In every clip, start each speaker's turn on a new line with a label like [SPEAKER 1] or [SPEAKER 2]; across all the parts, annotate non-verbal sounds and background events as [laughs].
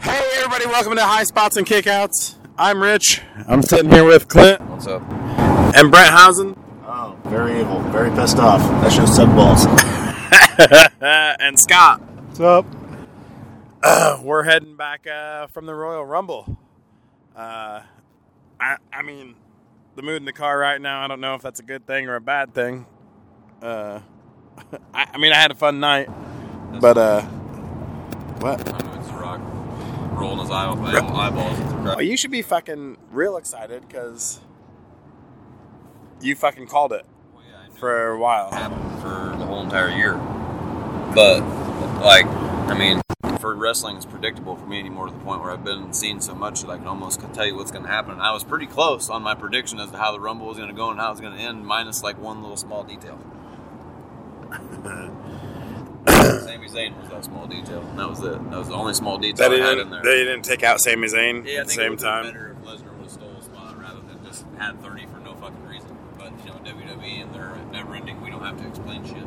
[SPEAKER 1] everybody, welcome to High Spots and Kickouts. I'm Rich. I'm sitting here with Clint
[SPEAKER 2] What's up?
[SPEAKER 1] and Brett Housen
[SPEAKER 3] Oh, very evil, very pissed off. That show sucked balls.
[SPEAKER 1] [laughs] and Scott.
[SPEAKER 3] What's up?
[SPEAKER 1] Uh, we're heading back uh, from the Royal Rumble. Uh, I, I mean, the mood in the car right now, I don't know if that's a good thing or a bad thing. Uh, [laughs] I, I mean, I had a fun night, but uh, what?
[SPEAKER 2] I know it's The Rock rolling his eye eyeballs at the crowd.
[SPEAKER 1] Well, you should be fucking real excited because you fucking called it
[SPEAKER 2] Well, yeah, I knew
[SPEAKER 1] for a
[SPEAKER 2] it
[SPEAKER 1] while.
[SPEAKER 2] happened for the whole entire year. But, like, I mean, for wrestling, it's predictable for me anymore to the point where I've been seeing so much that I can almost tell you what's going to happen. And I was pretty close on my prediction as to how the Rumble was going to go and how it was going to end, minus, like, one little
[SPEAKER 1] [laughs]
[SPEAKER 2] small detail. Sami Zayn was that small detail, and that was it. That was the only small detail
[SPEAKER 1] That
[SPEAKER 2] I
[SPEAKER 1] they
[SPEAKER 2] had in
[SPEAKER 1] didn't,
[SPEAKER 2] there.
[SPEAKER 1] they didn't take out Sami Zayn
[SPEAKER 2] Yeah, I
[SPEAKER 1] at the
[SPEAKER 2] think it
[SPEAKER 1] same
[SPEAKER 2] would
[SPEAKER 1] time.
[SPEAKER 2] have been better if Lesnar would have stole a spot rather than just had 30 for no fucking reason. But, you know, WWE and their never ending, we don't have to explain shit.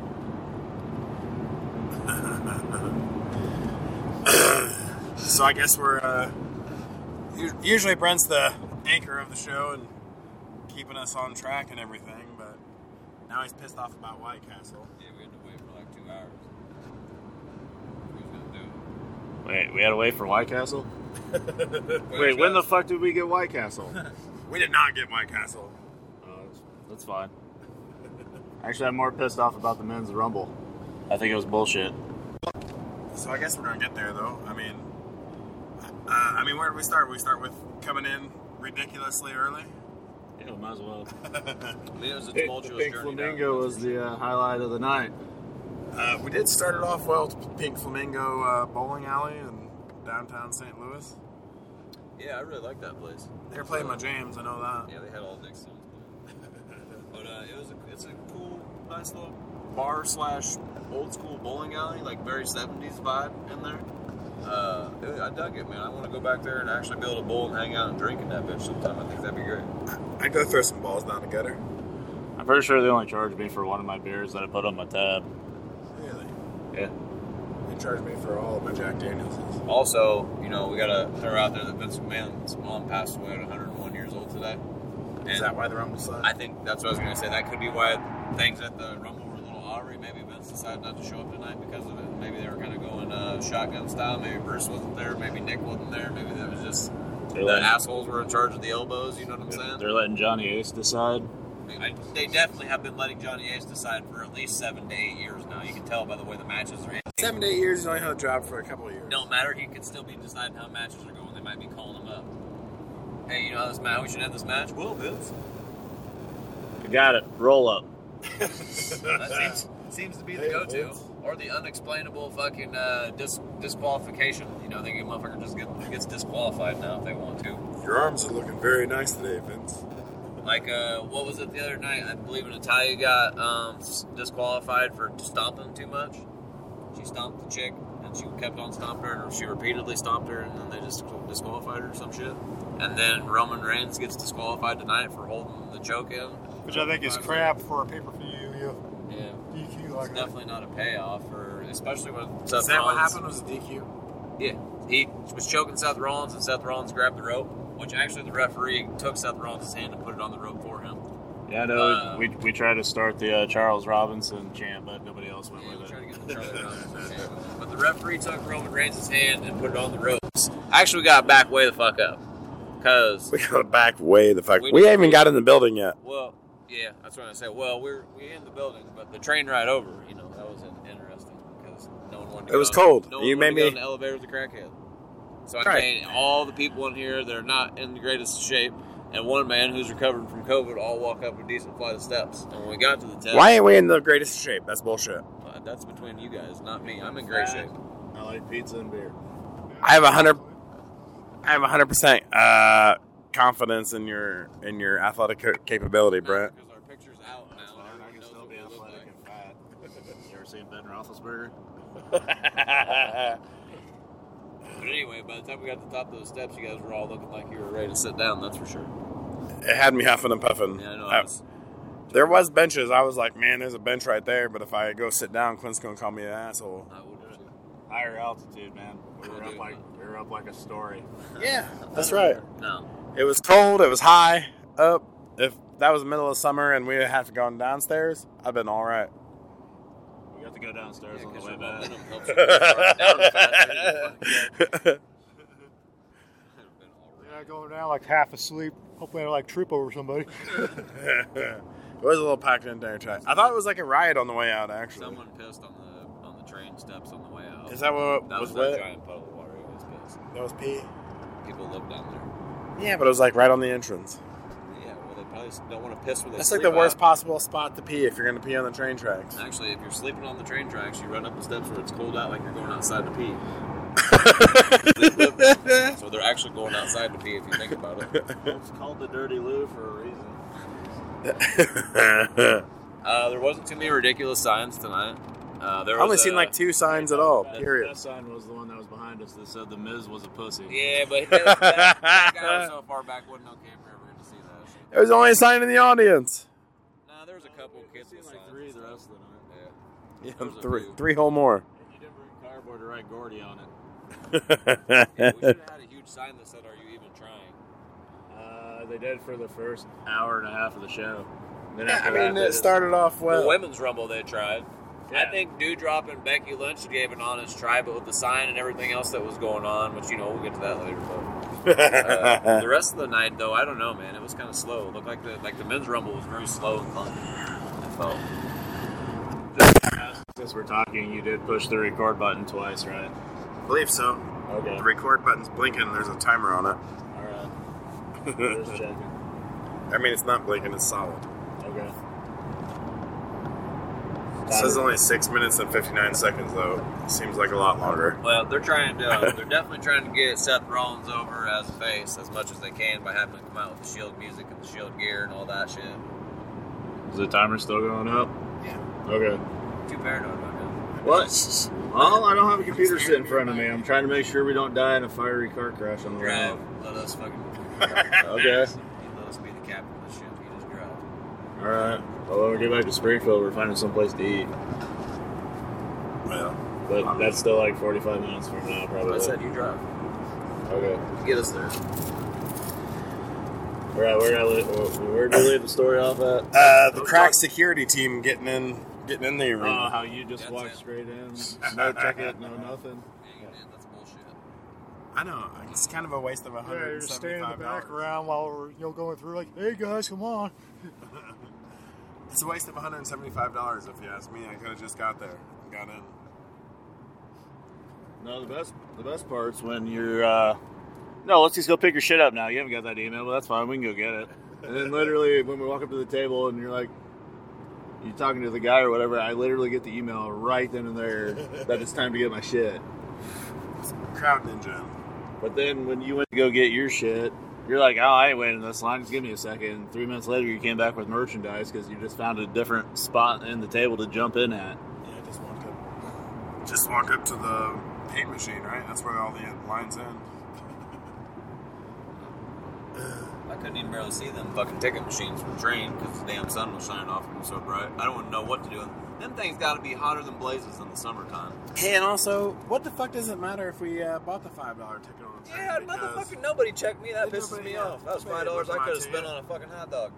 [SPEAKER 1] So I guess we're uh, u- usually Brent's the anchor of the show and keeping us on track and everything, but now he's pissed off about White Castle.
[SPEAKER 2] Yeah, we had to wait for like two hours. Who's going to do it?
[SPEAKER 3] Wait, we had to wait for White Castle?
[SPEAKER 2] Wait,
[SPEAKER 3] Wait, when the fuck did we get White [laughs] Castle? oh,
[SPEAKER 1] We did not get White Castle.
[SPEAKER 3] that's, that's fine. Actually, I'm more pissed off about the men's rumble. I think it was bullshit.
[SPEAKER 1] So I guess we're gonna get there though. I mean, uh, I mean, where do we start? We start with coming in ridiculously early.
[SPEAKER 3] Yeah, might as [laughs] well.
[SPEAKER 2] I mean, it was a
[SPEAKER 3] The
[SPEAKER 2] tumultuous
[SPEAKER 3] Pink
[SPEAKER 2] journey.
[SPEAKER 3] Flamingo
[SPEAKER 2] down.
[SPEAKER 3] was the uh, highlight of the night.
[SPEAKER 1] Uh, we did start it off well with Pink Flamingo uh, Bowling Alley in downtown St. Louis.
[SPEAKER 2] Yeah, I really like that place.
[SPEAKER 1] They're playing my jams, I know that.
[SPEAKER 2] Yeah, they had all dicks in But [laughs] uh, it was a, it's a cool, nice little bar slash old school bowling alley, like very 70s vibe in there. Uh, it- I dug it, man. I want to go back there and actually be able to bowl and hang out and drink in that bitch sometime. I think that'd be great.
[SPEAKER 1] I'd go throw some balls down the gutter.
[SPEAKER 3] I'm pretty sure they only charged me for one of my beers that I put on my tab.
[SPEAKER 1] Really?
[SPEAKER 3] Yeah.
[SPEAKER 1] They charged me for all of my Jack Danielses.
[SPEAKER 2] Also, you know, we got to throw out there that Vince McMahon's mom passed away at 101 years old today.
[SPEAKER 1] Is
[SPEAKER 2] And-
[SPEAKER 1] that why the Rumble sucked?
[SPEAKER 2] I think that's what I was going to say. That could be why things at the Rumble were a little awry. Maybe Vince decided not to show up tonight because of it. Maybe they were kind of going uh, shotgun style. Maybe Bruce wasn't there. Maybe Nick wasn't there. Maybe that was just
[SPEAKER 3] They're
[SPEAKER 2] the
[SPEAKER 3] letting,
[SPEAKER 2] assholes were in charge of the elbows. You know what I'm saying?
[SPEAKER 3] they're letting Johnny Ace decide.
[SPEAKER 2] I, they definitely have been letting Johnny Ace decide for at least seven to eight years now. You can tell by the way the matches are. Ending.
[SPEAKER 1] Seven to eight years, you only had a job for a couple of years.
[SPEAKER 2] don't matter. He could still be deciding how matches are going. They might be calling him up. Hey, you know how this match? We should end this match. Well, Vince.
[SPEAKER 3] You got it. Roll up.
[SPEAKER 2] That seems, seems to be the
[SPEAKER 1] Hey,
[SPEAKER 2] go-to,
[SPEAKER 1] Vince.
[SPEAKER 2] or the unexplainable fucking uh, dis- disqualification. You know, they get motherfucker just get, gets disqualified now if they want to.
[SPEAKER 1] Your arms are looking very nice today, Vince.
[SPEAKER 2] Like, uh, what was it the other night? I believe Natalia got um, s- disqualified for stomping too much. She stomped the chick, and she kept on stomping her, and she repeatedly stomped her, and then they just disqualified her or some shit. And then Roman Reigns gets disqualified tonight for holding the choke in.
[SPEAKER 4] Which I think is crap for a pay per view
[SPEAKER 2] Yeah.
[SPEAKER 4] DQ
[SPEAKER 2] It's
[SPEAKER 4] like that.
[SPEAKER 2] definitely not a payoff, or especially when Seth
[SPEAKER 1] Is that what
[SPEAKER 2] Rollins-
[SPEAKER 1] happened? Was a DQ?
[SPEAKER 2] Yeah, he was choking Seth Rollins, and Seth Rollins grabbed the rope, which actually the referee took Seth Rollins' hand and put it on the rope for him.
[SPEAKER 3] Yeah, no,
[SPEAKER 2] Uh,
[SPEAKER 3] we, we tried to start the uh, Charles Robinson chant, but nobody else went
[SPEAKER 2] Yeah, we
[SPEAKER 3] with
[SPEAKER 2] tried
[SPEAKER 3] it.
[SPEAKER 2] to get the Charlie Rollins' hand. But the referee took Roman Reigns' hand and put it on the ropes. Actually, we got back way the fuck up. Because,
[SPEAKER 1] We got back way the fuck.
[SPEAKER 2] We-
[SPEAKER 1] We, haven't even got in the building yet.
[SPEAKER 2] well, yeah, that's what I said. Well, we're we in the building, but the train ride over, you know, that was in- interesting because no one wanted
[SPEAKER 1] It
[SPEAKER 2] to go-
[SPEAKER 1] was cold.
[SPEAKER 2] No one
[SPEAKER 1] You made
[SPEAKER 2] wanted to go
[SPEAKER 1] me-
[SPEAKER 2] in the elevator with the crackhead. So I
[SPEAKER 1] Right.
[SPEAKER 2] made all the people in here that are not in the greatest shape, and one man who's recovering from COVID, all walk up a decent flight of steps. And when we got to the test,
[SPEAKER 1] Why ain't we in the greatest shape? That's bullshit.
[SPEAKER 2] uh, that's between you guys, not me. I'm in great shape.
[SPEAKER 3] I like pizza and beer.
[SPEAKER 1] I have a hundred. I have a hundred percent uh, confidence in your in your athletic ca- capability, [laughs] Brent.
[SPEAKER 2] Because our picture's out now. and
[SPEAKER 3] I
[SPEAKER 2] everyone
[SPEAKER 3] can
[SPEAKER 2] knows
[SPEAKER 3] still
[SPEAKER 2] what
[SPEAKER 3] be
[SPEAKER 2] we look
[SPEAKER 3] athletic
[SPEAKER 2] like.
[SPEAKER 3] and fat. [laughs] You ever seen Ben Roethlisberger?
[SPEAKER 2] But anyway, by the time we got to the top of those steps, you guys were all looking like you were ready to sit down. That's for sure.
[SPEAKER 1] It had me huffing and puffing.
[SPEAKER 2] Yeah, I know.
[SPEAKER 1] I-
[SPEAKER 2] I was-
[SPEAKER 1] there was benches. I was like, man, there's a bench right there, but if I go sit down, Quinn's gonna call me an asshole.
[SPEAKER 2] I would have too.
[SPEAKER 3] higher altitude, man. We were up
[SPEAKER 2] Dude.
[SPEAKER 3] like we were up like a story.
[SPEAKER 1] Yeah, that's right.
[SPEAKER 2] No.
[SPEAKER 1] It was cold. It was high up. If that was the middle of summer and we had gone downstairs, I've been all
[SPEAKER 2] [laughs]
[SPEAKER 1] right.
[SPEAKER 3] We got to go downstairs
[SPEAKER 2] Yeah,
[SPEAKER 3] on the
[SPEAKER 2] 'cause
[SPEAKER 3] way
[SPEAKER 2] your
[SPEAKER 3] back.
[SPEAKER 2] momentum [laughs] helps you start down faster than you
[SPEAKER 1] [laughs]
[SPEAKER 2] fucking been all right. [laughs]
[SPEAKER 4] Yeah, going down like half asleep. Hopefully, I don't like trip over somebody.
[SPEAKER 1] it was a little packed in there tonight. I thought it was like a riot on the way out. Actually,
[SPEAKER 2] Someone pissed on the on the train steps on the way out.
[SPEAKER 1] is that what
[SPEAKER 2] that
[SPEAKER 1] was
[SPEAKER 2] was
[SPEAKER 1] what?
[SPEAKER 2] that giant puddle of water. It was pissed.
[SPEAKER 1] That was pee.
[SPEAKER 2] People live down there.
[SPEAKER 1] Yeah, but it was like right on the entrance.
[SPEAKER 2] Yeah, well, they probably s- don't want to piss when they
[SPEAKER 1] That's like
[SPEAKER 2] sleep
[SPEAKER 1] the worst
[SPEAKER 2] out.
[SPEAKER 1] possible spot to pee if you're going to pee on the train tracks.
[SPEAKER 2] Actually, if you're sleeping on the train tracks, you run up the steps where it's cold out, like you're going outside to
[SPEAKER 1] [laughs]
[SPEAKER 2] pee. They live down there, so they're actually going outside to pee if you think about
[SPEAKER 1] [laughs]
[SPEAKER 2] it.
[SPEAKER 3] [laughs] it's called the dirty loo for a reason.
[SPEAKER 1] [laughs] I
[SPEAKER 2] Uh, there wasn't too many ridiculous signs tonight. Uh, there was
[SPEAKER 1] only seen
[SPEAKER 2] a-
[SPEAKER 1] like two signs at all.
[SPEAKER 3] That,
[SPEAKER 1] Period.
[SPEAKER 3] that sign was the one that was behind us that said the Miz was a pussy.
[SPEAKER 2] Yeah, but that, that guy
[SPEAKER 3] [laughs]
[SPEAKER 2] was so far back, wasn't okay for ever to see that shit.
[SPEAKER 1] There was only a sign in the audience.
[SPEAKER 2] Nah, there was a couple kids.
[SPEAKER 3] Seen
[SPEAKER 2] with
[SPEAKER 3] like
[SPEAKER 2] signs
[SPEAKER 3] three
[SPEAKER 2] and
[SPEAKER 3] the
[SPEAKER 2] stuff.
[SPEAKER 3] rest of the night.
[SPEAKER 2] Yeah.
[SPEAKER 1] Yeah,
[SPEAKER 2] There was a
[SPEAKER 1] three,
[SPEAKER 2] few.
[SPEAKER 1] three whole more.
[SPEAKER 3] And you didn't bring cardboard to write Gordy on it.
[SPEAKER 1] [laughs]
[SPEAKER 2] [laughs] Yeah, we should have had a huge sign that said, "Are you even trying?"
[SPEAKER 3] Uh, they did for the first hour and a half of the show. Then
[SPEAKER 1] Yeah, I
[SPEAKER 3] after that,
[SPEAKER 1] mean,
[SPEAKER 3] they
[SPEAKER 1] it
[SPEAKER 3] just-
[SPEAKER 1] started off
[SPEAKER 2] The
[SPEAKER 1] well.
[SPEAKER 2] women's rumble they tried.
[SPEAKER 3] Yeah.
[SPEAKER 2] I think Dewdrop and Becky Lynch gave an honest try, but with the sign and everything else that was going on, which you know we'll get to that later.
[SPEAKER 1] [laughs]
[SPEAKER 2] But uh, the rest of the night, though, I don't know, man. It was kind of slow. It looked like the like the men's rumble was very slow and clunky. I felt.
[SPEAKER 3] Since we're talking, you did push the record button twice, right?
[SPEAKER 1] I believe so.
[SPEAKER 3] Okay.
[SPEAKER 1] record button's blinking and there's a timer on it.
[SPEAKER 3] All right. [laughs] Just checking.
[SPEAKER 1] I mean, it's not blinking, it's solid.
[SPEAKER 3] Okay.
[SPEAKER 1] This is only 6 minutes and 59 seconds, though. Seems like a lot [laughs] longer.
[SPEAKER 2] Well, they're trying to.
[SPEAKER 3] [laughs]
[SPEAKER 2] Uh, they're definitely trying to get Seth Rollins over as a face as much as they can by having him come out with the Shield music and the Shield gear and all that shit.
[SPEAKER 3] Is the timer still going up? Yeah. Okay.
[SPEAKER 2] Too paranoid about it.
[SPEAKER 3] What? Well, I don't have a computer sitting in front of me. I'm trying to make sure we don't die in a fiery car crash on the way.
[SPEAKER 2] Drive.
[SPEAKER 3] out.
[SPEAKER 2] Let us fucking.
[SPEAKER 3] Okay.
[SPEAKER 2] Let us be the captain of the ship. You just drive.
[SPEAKER 3] All right. Well, when we get back to Springfield, we're finding someplace to eat.
[SPEAKER 1] Well,
[SPEAKER 3] But that's still like 45 minutes from now, probably.
[SPEAKER 2] I said you drive.
[SPEAKER 3] Okay.
[SPEAKER 2] Get us there.
[SPEAKER 3] All right. Where do I leave, where do we leave the story off at?
[SPEAKER 1] uh, the crack security team getting in getting in the
[SPEAKER 3] Oh,
[SPEAKER 1] arena.
[SPEAKER 3] how you just
[SPEAKER 2] That's
[SPEAKER 3] walked
[SPEAKER 2] it.
[SPEAKER 3] straight
[SPEAKER 4] [laughs]
[SPEAKER 3] in, no ticket, no nothing.
[SPEAKER 2] Yeah, you did. That's bullshit.
[SPEAKER 1] I know. It's kind of a waste of
[SPEAKER 4] Yeah, you're just standing in the background while we're you know going through like, hey guys, come on.
[SPEAKER 1] It's a waste of $175 if you ask me. I could have just got there and got in.
[SPEAKER 3] No, the best the best part's when you're. uh No, let's just go pick your shit up now. You haven't got that email, but that's fine. We can go get it. And then literally when we walk up to the table and you're like, you're talking to the guy or whatever, I literally get the email right then and there that it's time to get my shit.
[SPEAKER 1] Crowd ninja.
[SPEAKER 3] But then when you went to go get your shit, you're like, oh, I ain't waiting in this line. Just give me a second. And three minutes later, you came back with merchandise because you just found a different spot in the table to jump in at.
[SPEAKER 1] Yeah, just walk up. Just walk up to the paint machine, right? That's where all the lines end.
[SPEAKER 2] I couldn't even barely see them fucking ticket machines from the train because the damn sun was shining off them so bright. I don't know what to do. Them things got to be hotter than blazes in the summertime.
[SPEAKER 1] Hey, and also, what the fuck does it matter if we uh, bought the five dollar ticket on the train?
[SPEAKER 2] Yeah,
[SPEAKER 1] Because-
[SPEAKER 2] motherfucking nobody checked me. That
[SPEAKER 1] Did
[SPEAKER 2] pisses
[SPEAKER 1] nobody-
[SPEAKER 2] me
[SPEAKER 1] yeah,
[SPEAKER 2] off. That was
[SPEAKER 1] nobody
[SPEAKER 2] five dollars I
[SPEAKER 1] looked
[SPEAKER 2] could have
[SPEAKER 1] at
[SPEAKER 2] spent
[SPEAKER 1] you.
[SPEAKER 2] on a fucking hot dog.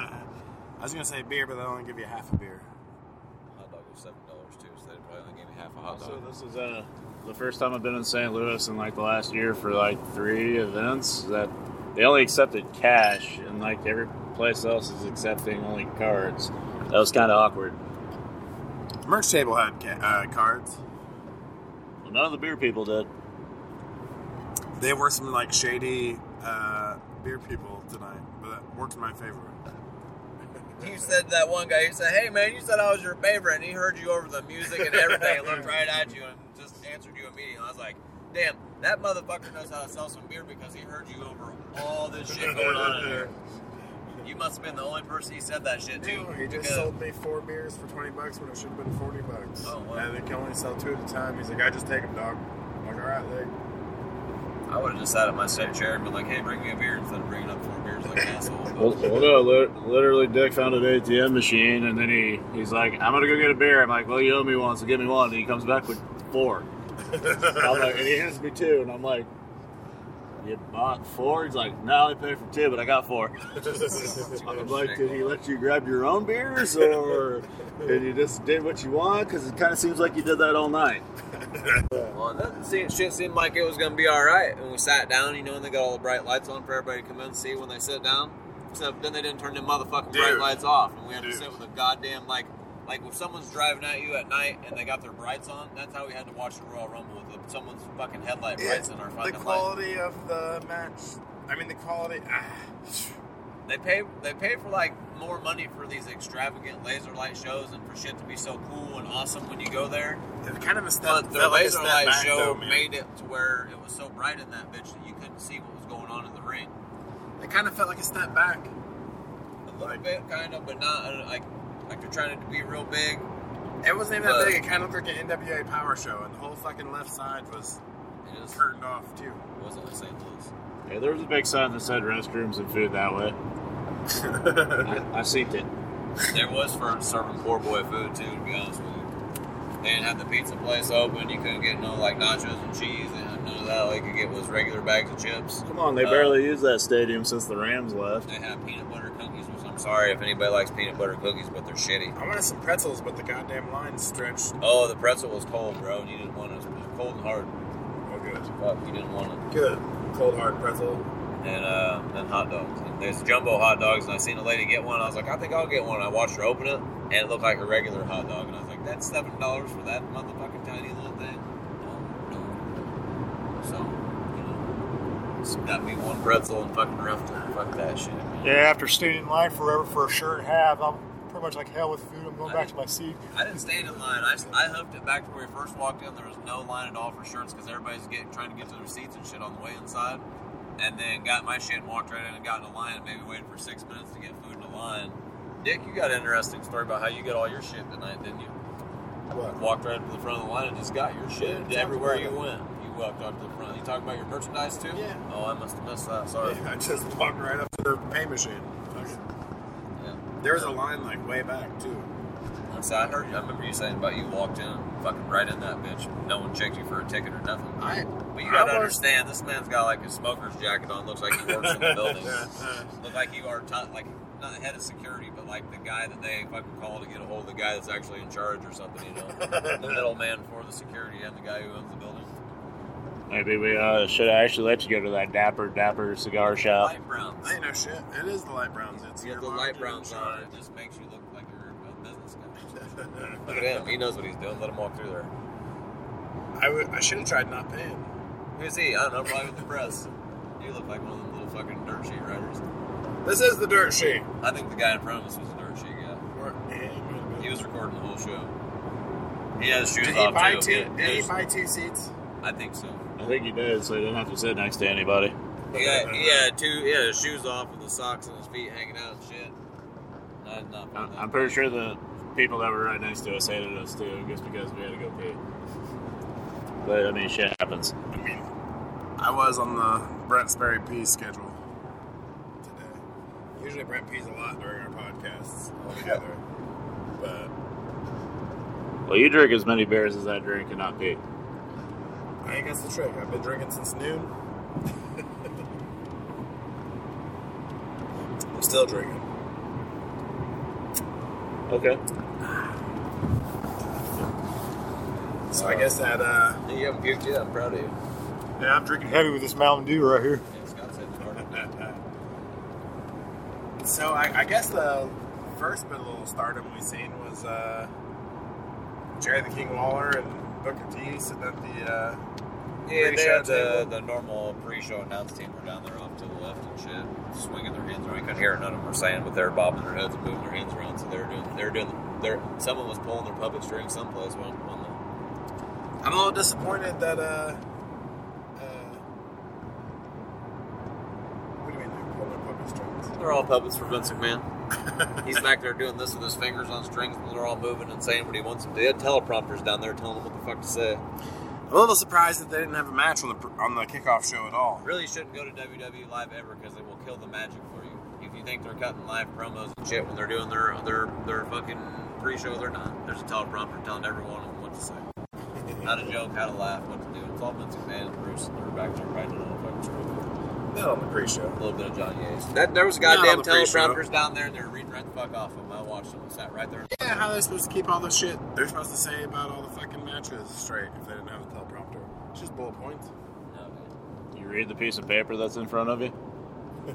[SPEAKER 1] [laughs] I was gonna say beer, but they only give you half a beer.
[SPEAKER 2] Hot dog was seven dollars too, so they probably only gave me half a hot
[SPEAKER 3] So
[SPEAKER 2] dog.
[SPEAKER 3] this is uh, the first time I've been in St. Louis in like the last year for like three events that they only accepted cash and like every place else is accepting only cards. That was kind of awkward.
[SPEAKER 1] Merch table had ca- uh, cards.
[SPEAKER 3] Well, none of the beer people did.
[SPEAKER 1] They were some like shady uh, beer people tonight, but that worked in my favor.
[SPEAKER 2] You said to that one guy. You said, "Hey man, you said I was your favorite," and he heard you over the music and everything. and looked right at you and just answered you immediately. I was like, "Damn, that motherfucker knows how to sell some beer because he heard you over all this shit going on in there." You must have been the only person he said that shit to.
[SPEAKER 1] he just
[SPEAKER 2] because-
[SPEAKER 1] sold me four beers for twenty bucks when it should have been forty bucks.
[SPEAKER 2] Oh, wow.
[SPEAKER 1] And they can only sell two at a time. He's like, I just take them, dog. I'm like, all right, leg.
[SPEAKER 2] I I would have just sat at my state chair and been like, "Hey, bring me a beer," instead of bringing up four beers like an asshole.
[SPEAKER 1] [laughs]
[SPEAKER 3] Well,
[SPEAKER 2] But
[SPEAKER 3] well, no, lit- literally, Dick found an ATM machine, and then he, he's like, I'm going to go get a beer. I'm like, well, you owe me one, so give me one. And he comes back with [laughs] four. I'm like, and he hands me two, and I'm like, you bought four? He's like, no, I paid for two, but I got four. [laughs] I'm like, did he let you grab your own beers, or and you just did what you want? Because it kind of seems like you did that all night.
[SPEAKER 2] Well, it doesn't seem, shit seemed like it was gonna be all right, and we sat down, you know, and they got all the bright lights on for everybody to come in and see when they sit down. Except then they didn't turn the motherfucking bright
[SPEAKER 1] Dude.
[SPEAKER 2] lights off, and we had
[SPEAKER 1] Dude.
[SPEAKER 2] to sit with a goddamn like, like if someone's driving at you at night and they got their brights on, that's how we had to watch the Royal Rumble with the, someone's fucking headlight brights in our
[SPEAKER 1] the
[SPEAKER 2] fucking light.
[SPEAKER 1] quality of the match. I mean, the quality. Ah,
[SPEAKER 2] They pay they pay for like more money for these extravagant laser light shows and for shit to be so cool and awesome when you go there.
[SPEAKER 1] it kind of a step.
[SPEAKER 2] But the
[SPEAKER 1] felt like a
[SPEAKER 2] laser
[SPEAKER 1] step
[SPEAKER 2] light
[SPEAKER 1] back,
[SPEAKER 2] show
[SPEAKER 1] though, man.
[SPEAKER 2] made it to where it was so bright in that bitch that you couldn't see what was going on in the ring.
[SPEAKER 1] It kind of felt like a step back.
[SPEAKER 2] A little bit, kind of, but not uh, like like they're trying to be real big.
[SPEAKER 1] It wasn't even that
[SPEAKER 2] But-
[SPEAKER 1] big. It kind of looked like an NWA power show, and the whole fucking left side was
[SPEAKER 2] It just
[SPEAKER 1] turned off too.
[SPEAKER 2] wasn't the St. Louis.
[SPEAKER 3] Yeah, there was a big sign that said restrooms and food that way. I, I seen it.
[SPEAKER 2] There was for serving poor boy food too, to be honest with you. They didn't have the pizza place open. You couldn't get no like nachos and cheese and none of that. All you could get was regular bags of chips.
[SPEAKER 3] Come on, they
[SPEAKER 2] Uh,
[SPEAKER 3] barely use that stadium since the Rams left.
[SPEAKER 2] They have peanut butter cookies, which I'm sorry if anybody likes peanut butter cookies, but they're shitty.
[SPEAKER 1] I wanted some pretzels, but the goddamn line stretched.
[SPEAKER 2] Oh, the pretzel was cold, bro, and you didn't want it. It was cold and hard.
[SPEAKER 1] Oh, good.
[SPEAKER 2] Fuck, you didn't want it.
[SPEAKER 1] Good. Cold hard pretzel.
[SPEAKER 2] And uh, and hot dogs. And there's jumbo hot dogs, and I seen a lady get one. I was like, I think I'll get one. I watched her open it, and it looked like a regular hot dog. And I was like, that's seven dollars for that motherfucking tiny little thing. So, you know, so got me one pretzel and fucking roughed it. Fuck that shit. man.
[SPEAKER 5] Yeah, after standing in line forever for a shirt and a half, I'm pretty much like hell with food. I'm going back to my seat.
[SPEAKER 2] I didn't stand in line. I, I hoofed it back to where we first walked in. There was no line at all for shirts because everybody's getting trying to get to their seats and shit on the way inside. And then got my shit and walked right in and got in a line and maybe waited for six minutes to get food in the line. Dick, you got an interesting story about how you got all your shit tonight, didn't you?
[SPEAKER 1] What?
[SPEAKER 2] Walked right up to the front of the line and just got your shit
[SPEAKER 1] Yeah,
[SPEAKER 2] everywhere
[SPEAKER 1] talked
[SPEAKER 2] you
[SPEAKER 1] about
[SPEAKER 2] went. You walked up to the front. You talking about your merchandise too?
[SPEAKER 1] Yeah.
[SPEAKER 2] Oh, I must have missed that. Sorry.
[SPEAKER 1] I just walked right up to the pay machine. Fucking-
[SPEAKER 2] Yeah.
[SPEAKER 1] There was a line like way back too.
[SPEAKER 2] I said, I heard. you. I remember you saying about you walked in, fucking right in that bitch. No one checked you for a ticket or nothing.
[SPEAKER 1] I- [laughs]
[SPEAKER 2] but you
[SPEAKER 1] I
[SPEAKER 2] gotta
[SPEAKER 1] was-
[SPEAKER 2] understand, this man's got like a smoker's jacket on. Looks like he works in the
[SPEAKER 1] [laughs]
[SPEAKER 2] building.
[SPEAKER 1] Uh,
[SPEAKER 2] Look like you are t- like not the head of security, but like the guy that they fucking call to get a hold of the guy that's actually in charge or something. You know, the middleman for the security and the guy who owns the building.
[SPEAKER 3] Maybe we uh, should have actually let you go to that Dapper Dapper cigar shop.
[SPEAKER 2] Light browns.
[SPEAKER 1] I ain't no shit. It is the light browns. It's
[SPEAKER 2] You
[SPEAKER 1] your
[SPEAKER 2] get the
[SPEAKER 1] mom
[SPEAKER 2] light
[SPEAKER 1] doing
[SPEAKER 2] browns
[SPEAKER 1] shit.
[SPEAKER 2] on. It just makes you look like you're a business guy. Look at him. He knows what he's doing. Let him walk through there.
[SPEAKER 1] [laughs] I, would, I should have tried not paying.
[SPEAKER 2] Who's he? I don't know. Probably with the press. You look like one of them little fucking dirt sheet writers.
[SPEAKER 1] This is the dirt sheet.
[SPEAKER 2] I think the guy in front of us was a dirt sheet guy.
[SPEAKER 1] Or-
[SPEAKER 2] He was recording the whole show. He has shoes
[SPEAKER 1] Did he
[SPEAKER 2] off
[SPEAKER 1] buy
[SPEAKER 2] too.
[SPEAKER 1] two?
[SPEAKER 2] Yeah,
[SPEAKER 1] Did he
[SPEAKER 2] his-
[SPEAKER 1] buy two seats?
[SPEAKER 2] I think so.
[SPEAKER 3] I think he did, so he didn't have to sit next to anybody.
[SPEAKER 2] He had, he had two. He had his shoes off with the socks and his feet hanging out and shit. I did not.
[SPEAKER 3] I-
[SPEAKER 2] find that.
[SPEAKER 3] I'm pretty sure the people that were right next to us hated us too, just because we had to go pee. But I mean, shit happens.
[SPEAKER 1] I mean, I was on the Brent Sperry P schedule today. Usually Brent pees a lot during our podcasts altogether. but
[SPEAKER 3] Well, you drink as many beers as I drink and not pee.
[SPEAKER 1] I think that's the trick. I've been drinking since noon. [laughs] I'm still drinking.
[SPEAKER 3] Okay.
[SPEAKER 1] So I guess that, uh,
[SPEAKER 2] You haven't puked yet. I'm proud of you.
[SPEAKER 5] Yeah, I'm drinking heavy with this Mountain Dew right here.
[SPEAKER 2] Yeah, Scott said the part.
[SPEAKER 1] uh, so I, I guess the first bit of little stardom we seen was uh, Jerry the King Waller and Booker T sitting at the. Uh,
[SPEAKER 2] Yeah, they
[SPEAKER 1] Pre-show
[SPEAKER 2] had the,
[SPEAKER 1] table.
[SPEAKER 2] the normal pre-show announce team were down there off to the left and shit, swinging their hands around. You couldn't hear what none of them were saying, but they were bobbing their heads and moving their hands around. So they were doing, they were doing, their someone was pulling their puppet string someplace. One, one of
[SPEAKER 1] I'm a little disappointed that. Uh, uh, what do you mean they're pulling their puppet strings?
[SPEAKER 2] them. They're all puppets for Vince McMahon. He's back there doing this with his fingers on strings, but they're all moving and saying what he wants them to. They had teleprompters down there telling them what the fuck to say.
[SPEAKER 1] I'm a little surprised that they didn't have a match on the pr- on the kickoff show at all.
[SPEAKER 2] Really shouldn't go to WWE live ever because it will kill the magic for you. If you think they're cutting live promos and shit when they're doing their their their fucking pre-show, they're not. There's a teleprompter telling everyone what to say. how to joke, how to laugh, what to do. It's all been McMahon and Bruce and they're back there writing a little fucking script.
[SPEAKER 1] Not on the pre-show.
[SPEAKER 2] A little bit of John Yates. That there was
[SPEAKER 1] Not on
[SPEAKER 2] goddamn
[SPEAKER 1] the pre-show.
[SPEAKER 2] teleprompters down there and they were reading right the fuck off of them. I watched them. I sat right there.
[SPEAKER 6] Yeah, how are they supposed to keep all this shit they're supposed to say about all the fucking matches straight if they didn't have a teleprompter? It's just bullet points.
[SPEAKER 2] No, man.
[SPEAKER 3] You read the piece of paper that's in front of you.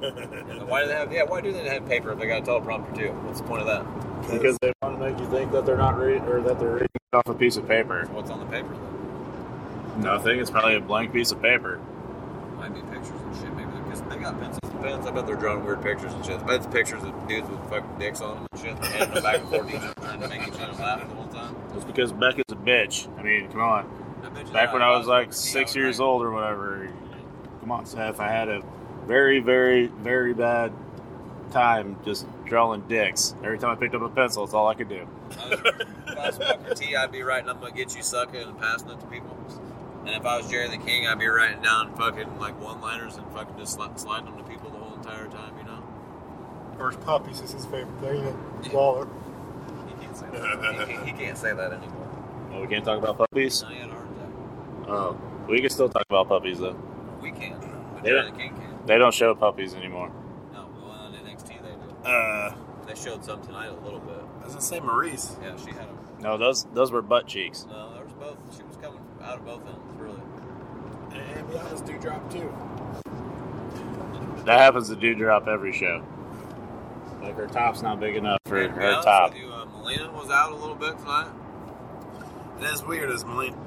[SPEAKER 2] And Why do they have? Yeah, why do they have paper if they got a teleprompter too? What's the point of that?
[SPEAKER 3] Because they want to make you think that they're not reading or that they're reading it off a piece of paper.
[SPEAKER 2] What's on the paper? Then?
[SPEAKER 3] Nothing. It's probably a blank piece of paper.
[SPEAKER 2] Might be pictures and shit. Maybe because they got pencils and pens. I bet they're drawing weird pictures and shit. I bet it's pictures of dudes with fucking dicks on them and shit. They're handing them back and forth to each other, trying to make each other laugh the whole time.
[SPEAKER 3] It's because Becca's a bitch. I mean, come on.
[SPEAKER 2] I bet you
[SPEAKER 3] Back
[SPEAKER 2] that
[SPEAKER 3] when I was like
[SPEAKER 2] fucking
[SPEAKER 3] six
[SPEAKER 2] young,
[SPEAKER 3] years
[SPEAKER 2] like,
[SPEAKER 3] old or whatever. Come on, Seth. I had a very, very, very bad time just drawing dicks. Every time I picked up a pencil, it's all I could do.
[SPEAKER 2] I was- If I was Booker T, I'd be writing, I'm gonna get you sucker and passing it to people. And if I was Jerry the King, I'd be writing down fucking like one liners and fucking just sli- sliding them to people the whole entire time, you know?
[SPEAKER 4] First puppies is his favorite thing. and Waller.
[SPEAKER 2] He can't say that. he, can't, he can't say that anymore.
[SPEAKER 3] Oh, we can't talk about puppies.
[SPEAKER 2] No, he had a heart attack.
[SPEAKER 3] Oh, we can still talk about puppies though.
[SPEAKER 2] uh, We can, but
[SPEAKER 3] They
[SPEAKER 2] Jerry
[SPEAKER 3] don't-
[SPEAKER 2] the King can.
[SPEAKER 3] They don't show puppies anymore.
[SPEAKER 2] No, well, on NXT they do.
[SPEAKER 1] Uh,
[SPEAKER 2] They showed some tonight a little bit.
[SPEAKER 1] I was gonna say Maurice.
[SPEAKER 2] Yeah, she had them.
[SPEAKER 3] No, those those were butt cheeks.
[SPEAKER 2] No, there was both. She was coming out of both ends, really.
[SPEAKER 6] And yeah, it's Dewdrop too.
[SPEAKER 3] That happens to do drop every show. Like her top's not big enough for
[SPEAKER 2] And to be
[SPEAKER 3] her
[SPEAKER 2] honest
[SPEAKER 3] top.
[SPEAKER 2] with You, uh, Melina was out a little bit tonight.
[SPEAKER 6] It is weird as Melina.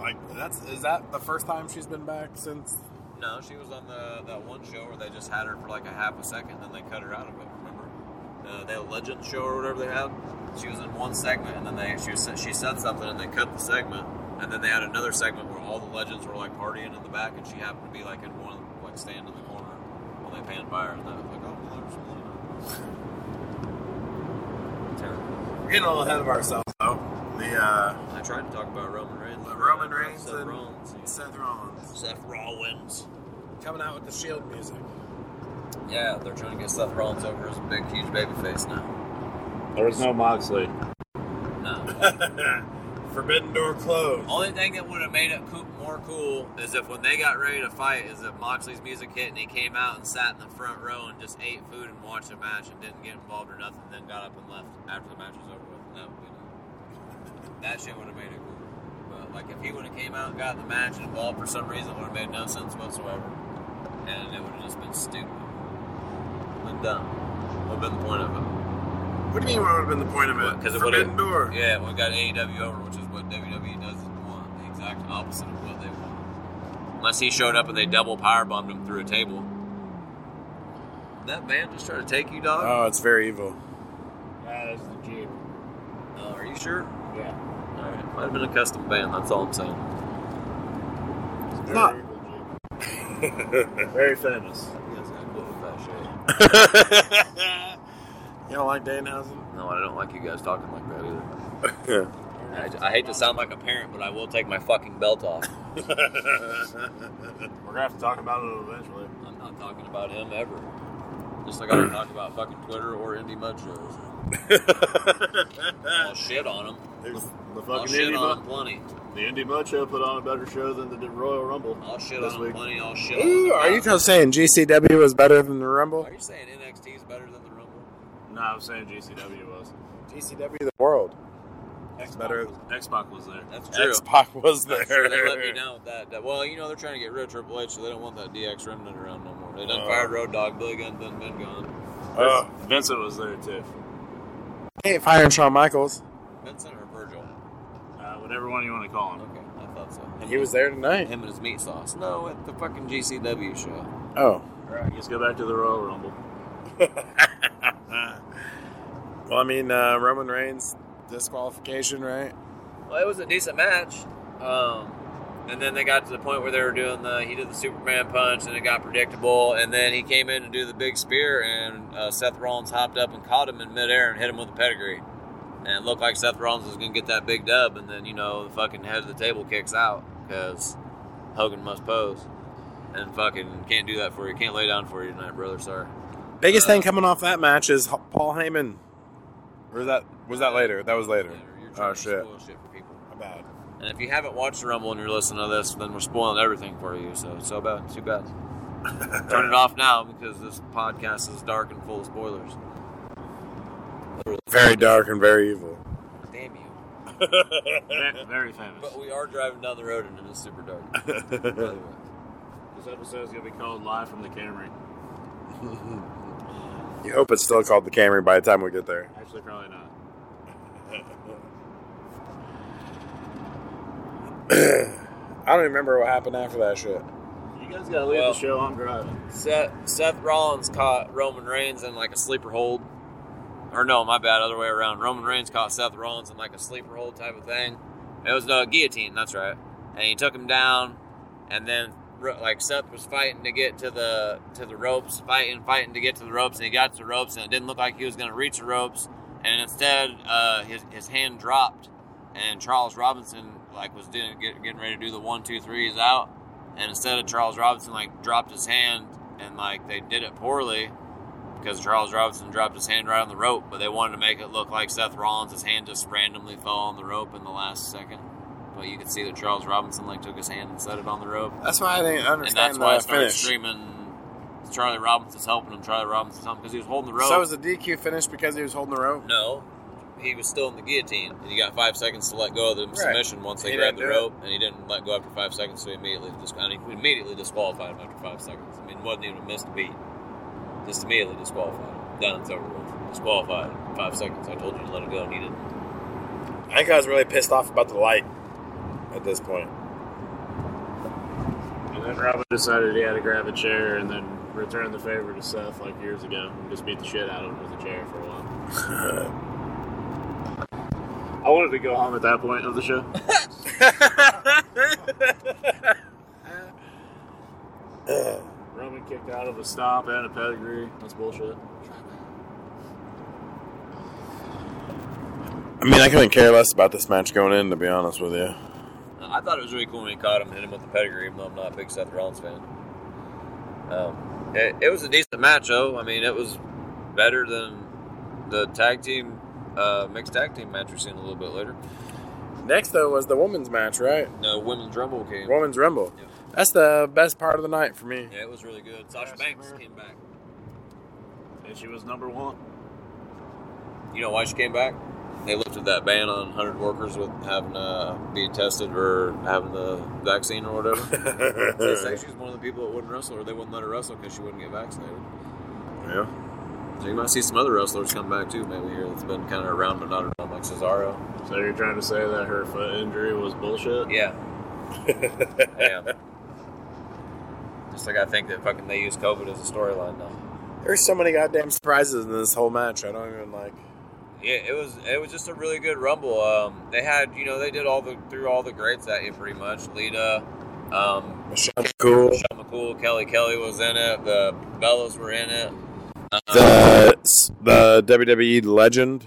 [SPEAKER 6] Like that's is that the first time she's been back since
[SPEAKER 2] No, she was on the that one show where they just had her for like a half a second, then they cut her out of it. Remember, uh, that Legend show or whatever they had. She was in one segment, and then they she was, she said something, and they cut the segment, and then they had another segment where all the legends were like partying in the back, and she happened to be like in one like stand in the corner while they panned by her, and I was like, oh, well, there's Melina. Terrible.
[SPEAKER 6] we're getting a little ahead of ourselves though. The uh,
[SPEAKER 2] I tried to talk about Roman Reigns.
[SPEAKER 6] Roman Reigns
[SPEAKER 2] Seth
[SPEAKER 6] and-
[SPEAKER 2] Rollins.
[SPEAKER 6] Seth Rollins
[SPEAKER 2] Seth Rollins.
[SPEAKER 6] coming out with the Shield music. [laughs]
[SPEAKER 2] Yeah, they're trying to get Seth Rollins over as a big, huge baby face now.
[SPEAKER 3] There was no Moxley.
[SPEAKER 2] No.
[SPEAKER 6] Forbidden Door closed.
[SPEAKER 2] Only thing that would have made it coo- more cool is if when they got ready to fight, is if Moxley's music hit and he came out and sat in the front row and just ate food and watched the match and didn't get involved or nothing, then got up and left after the match was over with. That would be nice. That shit would have made it cool. But like if he would have came out and got in the match and involved for some reason, it would have made no sense whatsoever, and it would have just been stupid, been dumb. What would have been the point of it?
[SPEAKER 6] What do you mean? What would have been the point of it?
[SPEAKER 2] Because it would've-
[SPEAKER 6] Forbidden Door.
[SPEAKER 2] Yeah, we got AEW over, which is what WWE doesn't want. The exact opposite of what they want. Unless he showed up and they double power bombed him through a table. That man just trying to take you, dog.
[SPEAKER 6] Oh, it's very evil. [laughs]
[SPEAKER 3] That is the Jeep.
[SPEAKER 2] Uh, are you sure?
[SPEAKER 3] Yeah.
[SPEAKER 2] All right, might have been a custom band. That's all I'm saying.
[SPEAKER 3] Very,
[SPEAKER 6] Not-
[SPEAKER 3] very famous.
[SPEAKER 2] You guys got cool with that shit.
[SPEAKER 6] you don't like Danhausen?
[SPEAKER 2] No, I don't like you guys talking like that either.
[SPEAKER 3] [laughs]
[SPEAKER 2] I, I hate to sound like a parent, but I will take my fucking belt
[SPEAKER 3] [laughs]
[SPEAKER 2] off.
[SPEAKER 3] We're gonna have to talk about it eventually.
[SPEAKER 2] I'm not talking about him ever. Just like I don't talk about fucking Twitter or indie mud
[SPEAKER 3] [laughs]
[SPEAKER 2] shows. I'll shit on them.
[SPEAKER 3] There's the
[SPEAKER 2] I'll
[SPEAKER 3] fucking
[SPEAKER 2] shit
[SPEAKER 3] Indy
[SPEAKER 2] on them
[SPEAKER 3] Mo-
[SPEAKER 2] plenty.
[SPEAKER 3] the Indy Mud Show put on a better show than the D- Royal Rumble.
[SPEAKER 2] I'll shit
[SPEAKER 3] This
[SPEAKER 2] on them
[SPEAKER 3] week.
[SPEAKER 2] plenty. I'll shit on
[SPEAKER 6] Ooh,
[SPEAKER 2] them.
[SPEAKER 6] are you just saying GCW is better than the Rumble?
[SPEAKER 2] Are you saying NXT is better than the Rumble?
[SPEAKER 3] No, I was saying GCW was.
[SPEAKER 6] GCW the world.
[SPEAKER 3] X
[SPEAKER 6] better.
[SPEAKER 3] X Pac was there.
[SPEAKER 2] That's true.
[SPEAKER 6] X Pac was
[SPEAKER 2] I'm
[SPEAKER 6] there.
[SPEAKER 2] sure
[SPEAKER 1] [laughs]
[SPEAKER 2] they let me down with that, that- Well, you know they're trying to get rid of Triple H, so they don't want that DX remnant around no more. They done
[SPEAKER 6] Oh.
[SPEAKER 2] fired Road Dog. Billy Gunn done been gone.
[SPEAKER 3] Uh.
[SPEAKER 6] Oh.
[SPEAKER 3] Vincent was there too.
[SPEAKER 6] Hey, firing Shawn Michaels.
[SPEAKER 2] Vincent or Virgil?
[SPEAKER 3] Uh, whatever one you want to call him.
[SPEAKER 2] Okay, I thought so.
[SPEAKER 6] And he was there tonight.
[SPEAKER 2] Him and his meat sauce. No, at the fucking GCW show.
[SPEAKER 6] Oh.
[SPEAKER 3] Alright, let's go back to the Royal Rumble.
[SPEAKER 6] well, I mean, uh, Roman Reigns disqualification, right?
[SPEAKER 2] Well, it was a decent match. Um, and then they got to the point where they were doing the he did the Superman punch, and it got predictable. And then he came in to do the big spear, and uh, Seth Rollins hopped up and caught him in midair and hit him with a pedigree. And it looked like Seth Rollins was going to get that big dub, and then you know the fucking head of the table kicks out because Hogan must pose. And fucking can't do that for you. Can't lay down for you tonight, brother. Sorry.
[SPEAKER 1] Biggest
[SPEAKER 2] Uh,
[SPEAKER 1] thing coming off that match is H- Paul Heyman. Or is that was that later? That was later.
[SPEAKER 2] You're trying
[SPEAKER 1] Oh
[SPEAKER 2] to
[SPEAKER 1] shit.
[SPEAKER 2] spoil shit for people.
[SPEAKER 1] About
[SPEAKER 2] And if you haven't watched the Rumble and you're listening to this, then we're spoiling everything for you. So it's so bad, too bad. Turn it off now because this podcast is dark and full of spoilers. Literally.
[SPEAKER 1] very dark and very evil. [laughs]
[SPEAKER 2] Damn you.
[SPEAKER 3] [laughs] Ve- Very famous.
[SPEAKER 2] But we are driving down the road and it is super dark. by the way.
[SPEAKER 3] This episode's gonna be called "Live from the Camry."
[SPEAKER 1] You hope it's still called the Camry by the time we get there.
[SPEAKER 3] Actually, probably not.
[SPEAKER 1] I don't remember what happened after that shit.
[SPEAKER 3] You guys gotta leave
[SPEAKER 2] Well-
[SPEAKER 3] the show. I'm driving.
[SPEAKER 2] Seth, Seth Rollins caught Roman Reigns in like a sleeper hold. Or no, my bad, other way around. Roman Reigns caught Seth Rollins in like a sleeper hold type of thing. It was the guillotine, that's right. And he took him down, and then Ro- like Seth was fighting to get to the to the ropes, fighting, fighting to get to the ropes, and he got to the ropes, and it didn't look like he was going to reach the ropes, and instead uh, his his hand dropped, and Charles Robinson like was doing get, getting ready to do the one two threes out, and instead of Charles Robinson like dropped his hand and like they did it poorly because Charles Robinson dropped his hand right on the rope, but they wanted to make it look like Seth Rollins' his hand just randomly fell on the rope in the last second. But you could see that Charles Robinson like took his hand and set it on the rope,
[SPEAKER 1] That's why I didn't
[SPEAKER 2] and
[SPEAKER 1] understand
[SPEAKER 2] that's why I
[SPEAKER 1] the
[SPEAKER 2] started
[SPEAKER 1] finish.
[SPEAKER 2] screaming. Charlie Robinson's helping him. Charlie Robinson's helping because he was holding the rope.
[SPEAKER 1] So was the DQ finished because he was holding the rope?
[SPEAKER 2] No, he was still in the guillotine, and he got five seconds to let go of the submission once they
[SPEAKER 1] He
[SPEAKER 2] grabbed the
[SPEAKER 1] didn't do
[SPEAKER 2] rope, and he didn't let go after five seconds, so he immediately dis- I mean, we immediately disqualified him after five seconds. I mean, it wasn't even a missed beat. Just immediately disqualified him. Done. It's over with. Disqualified. Five seconds. I told you to let it go, and he didn't.
[SPEAKER 1] I think I was really pissed off about the light at this point.
[SPEAKER 3] And then Robin decided he had to grab a chair and then return the favor to Seth like years ago and just beat the shit out of him with a chair for a
[SPEAKER 4] [laughs]
[SPEAKER 3] while. I wanted to go home at that point of the show. Roman kicked out of a stomp and a pedigree. That's bullshit.
[SPEAKER 1] I mean, I couldn't care less about this match going in, to be honest with you.
[SPEAKER 2] Uh, I thought it was really cool when he caught him and hit him with the pedigree, even though I'm not a big Seth Rollins fan. Um, it, it was a decent match, though. I mean, it was better than the tag team, uh, mixed tag team match we've seen a little bit later.
[SPEAKER 1] Next though was the women's match, right?
[SPEAKER 2] No, women's rumble came.
[SPEAKER 1] Women's Rumble.
[SPEAKER 2] Yeah.
[SPEAKER 1] That's the best part of the night for me. [laughs]
[SPEAKER 2] Yeah, it was really good. Sasha
[SPEAKER 4] Yes,
[SPEAKER 2] Banks
[SPEAKER 4] man.
[SPEAKER 2] came back.
[SPEAKER 3] And she was number one.
[SPEAKER 2] You know why she came back? They lifted that ban on 100 workers with having uh, being tested or having the vaccine or whatever. they say she's one of the people that wouldn't wrestle, or they wouldn't let her wrestle because she wouldn't get vaccinated.
[SPEAKER 1] Yeah.
[SPEAKER 2] So you might see some other wrestlers come back too, maybe here that's been kind of around but not around, like Cesaro.
[SPEAKER 3] So you're trying to say that her foot injury was bullshit?
[SPEAKER 2] Yeah. yeah. Just like I think that fucking they use COVID as a storyline now.
[SPEAKER 1] There's so many goddamn surprises in this whole match. I don't even like.
[SPEAKER 2] Yeah, it was it was just a really good rumble. Um, they had you know they did all the through all the greats that year pretty much. Lita, um,
[SPEAKER 1] Michelle Cool.
[SPEAKER 2] Sean McCool, Kelly Kelly was in it. The Bellas were in it. Um,
[SPEAKER 1] The the WWE legend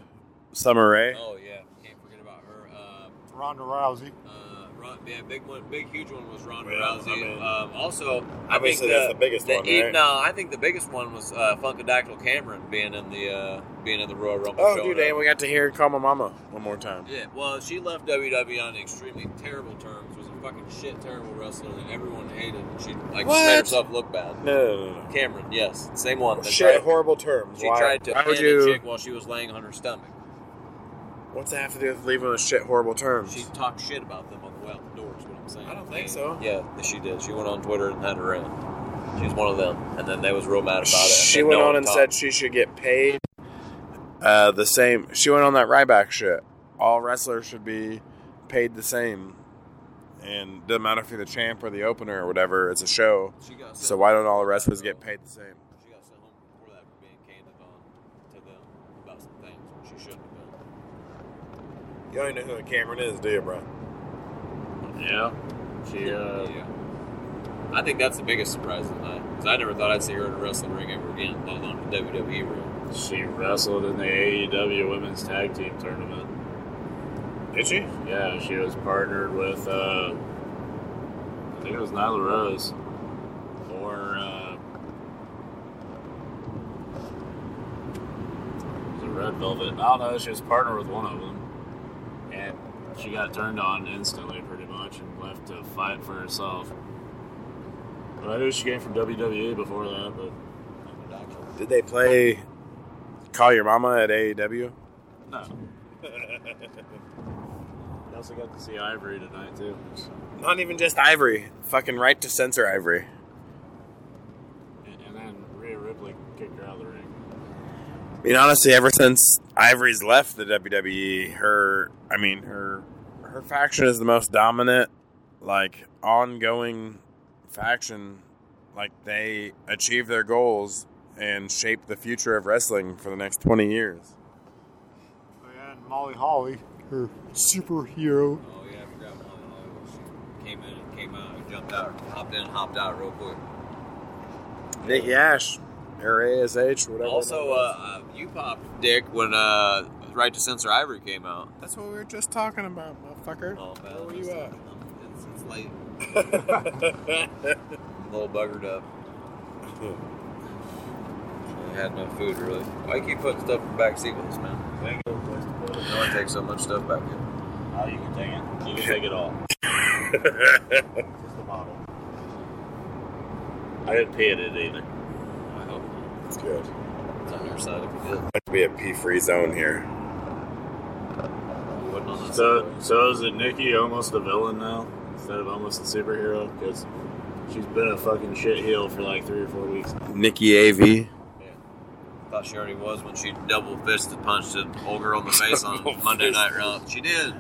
[SPEAKER 1] Summer Rae.
[SPEAKER 2] oh yeah, can't forget about her. Uh,
[SPEAKER 4] Ronda Rousey.
[SPEAKER 2] uh, Ron, yeah, big one, big huge one was Ronda
[SPEAKER 1] Yeah,
[SPEAKER 2] Rousey.
[SPEAKER 1] I mean-
[SPEAKER 2] um, also, I think
[SPEAKER 1] Obviously, that's the biggest
[SPEAKER 2] the
[SPEAKER 1] one,
[SPEAKER 2] e-
[SPEAKER 1] right?
[SPEAKER 2] No, I think the biggest one was uh, Funkadactyl Cameron being in the uh, being in the Royal Rumble.
[SPEAKER 1] Oh,
[SPEAKER 2] showing
[SPEAKER 1] dude,
[SPEAKER 2] up.
[SPEAKER 1] and we got to hear "Call My Mama" one more time.
[SPEAKER 2] Yeah, well, she left WWE on extremely terrible terms. Was a fucking shit, terrible wrestler that everyone hated, and she like just made
[SPEAKER 1] What?
[SPEAKER 2] herself look bad.
[SPEAKER 1] No, no, no,
[SPEAKER 2] Cameron, yes, same one.
[SPEAKER 1] no.
[SPEAKER 2] They
[SPEAKER 1] Shit,
[SPEAKER 2] tried-
[SPEAKER 1] horrible terms.
[SPEAKER 2] she
[SPEAKER 1] why,
[SPEAKER 2] tried to
[SPEAKER 1] why would
[SPEAKER 2] hand a
[SPEAKER 1] you?
[SPEAKER 2] chick while she was laying on her stomach.
[SPEAKER 1] What's that have to do with leaving with shit, horrible terms?
[SPEAKER 2] She talked shit about them on the way out the door. Is what I'm saying.
[SPEAKER 1] I don't think
[SPEAKER 2] And-
[SPEAKER 1] so.
[SPEAKER 2] Yeah, she did. She went on Twitter and had her in. She was one of them, and then they was real mad about it.
[SPEAKER 1] she
[SPEAKER 2] then
[SPEAKER 1] went
[SPEAKER 2] no
[SPEAKER 1] on
[SPEAKER 2] one
[SPEAKER 1] and
[SPEAKER 2] talked.
[SPEAKER 1] said she should get paid uh, the same. She went on that Ryback shit. All wrestlers should be paid the same, and doesn't matter if you're the champ or the opener or whatever. It's a show,
[SPEAKER 2] She got sent
[SPEAKER 1] so why don't all the wrestlers get paid the same?
[SPEAKER 2] She got sent home before that for being candid on to them about some things she shouldn't have done.
[SPEAKER 1] You don't even know who Cameron is, do you, bro?
[SPEAKER 3] Yeah. She, uh,
[SPEAKER 2] yeah. I think that's the biggest surprise of the night because I never thought I'd see her in a wrestling ring ever again, let alone a WWE ring.
[SPEAKER 3] she wrestled in the AEW Women's Tag Team Tournament.
[SPEAKER 1] Did she?
[SPEAKER 3] Yeah, she was partnered with uh, think it was Nyla Rose.
[SPEAKER 1] Or uh,
[SPEAKER 3] It was a Red Velvet. I don't know. She was partnered with one of them, and she got turned on instantly, pretty much, and left to fight for herself. But I knew she came from WWE before that, but
[SPEAKER 1] did they play Call Your Mama at E AEW?
[SPEAKER 3] no. [laughs] I also got to see Ivory tonight too.
[SPEAKER 1] Not even just Ivory. Fucking right to censor Ivory.
[SPEAKER 3] And, and then Rhea Ripley kicked her out of the ring.
[SPEAKER 1] I mean, honestly, ever since Ivory's left the WWE, her, I mean, her, her faction is the most dominant, like, ongoing faction. Like, they achieve their goals and shape the future of wrestling for the next 20 years.
[SPEAKER 4] And Molly Holly, her superhero.
[SPEAKER 2] Oh yeah, I forgot Molly Holly. was- She came in and came out and jumped out, hopped in, hopped out real quick.
[SPEAKER 1] Nikki Ash, or ASH, whatever.
[SPEAKER 2] Also, uh, uh, you popped dick when uh, Right to Censor Ivory came out.
[SPEAKER 1] that's what we were just talking about, motherfucker.
[SPEAKER 2] Oh, man,
[SPEAKER 1] Where were
[SPEAKER 2] it's-
[SPEAKER 1] you at?
[SPEAKER 2] It's, it's late. I'm a little buggered up. I had no food really. Why you keep putting stuff in back sequels, man? No one takes so much stuff back in.
[SPEAKER 3] Oh, you can take it. You can take it all. Just the bottle. I didn't pee in it either.
[SPEAKER 2] I hope not.
[SPEAKER 1] That's good.
[SPEAKER 2] it's on your side if you did.
[SPEAKER 1] We have pee free zone here.
[SPEAKER 2] You wouldn't on this
[SPEAKER 3] So, so is it Nikki almost a villain now instead of almost a superhero? Because she's been a fucking shit heel for like three or four weeks.
[SPEAKER 1] Nikki [laughs] AV.
[SPEAKER 2] thought she already was when she double fisted punched an old girl in the face on Monday Night Raw. She did.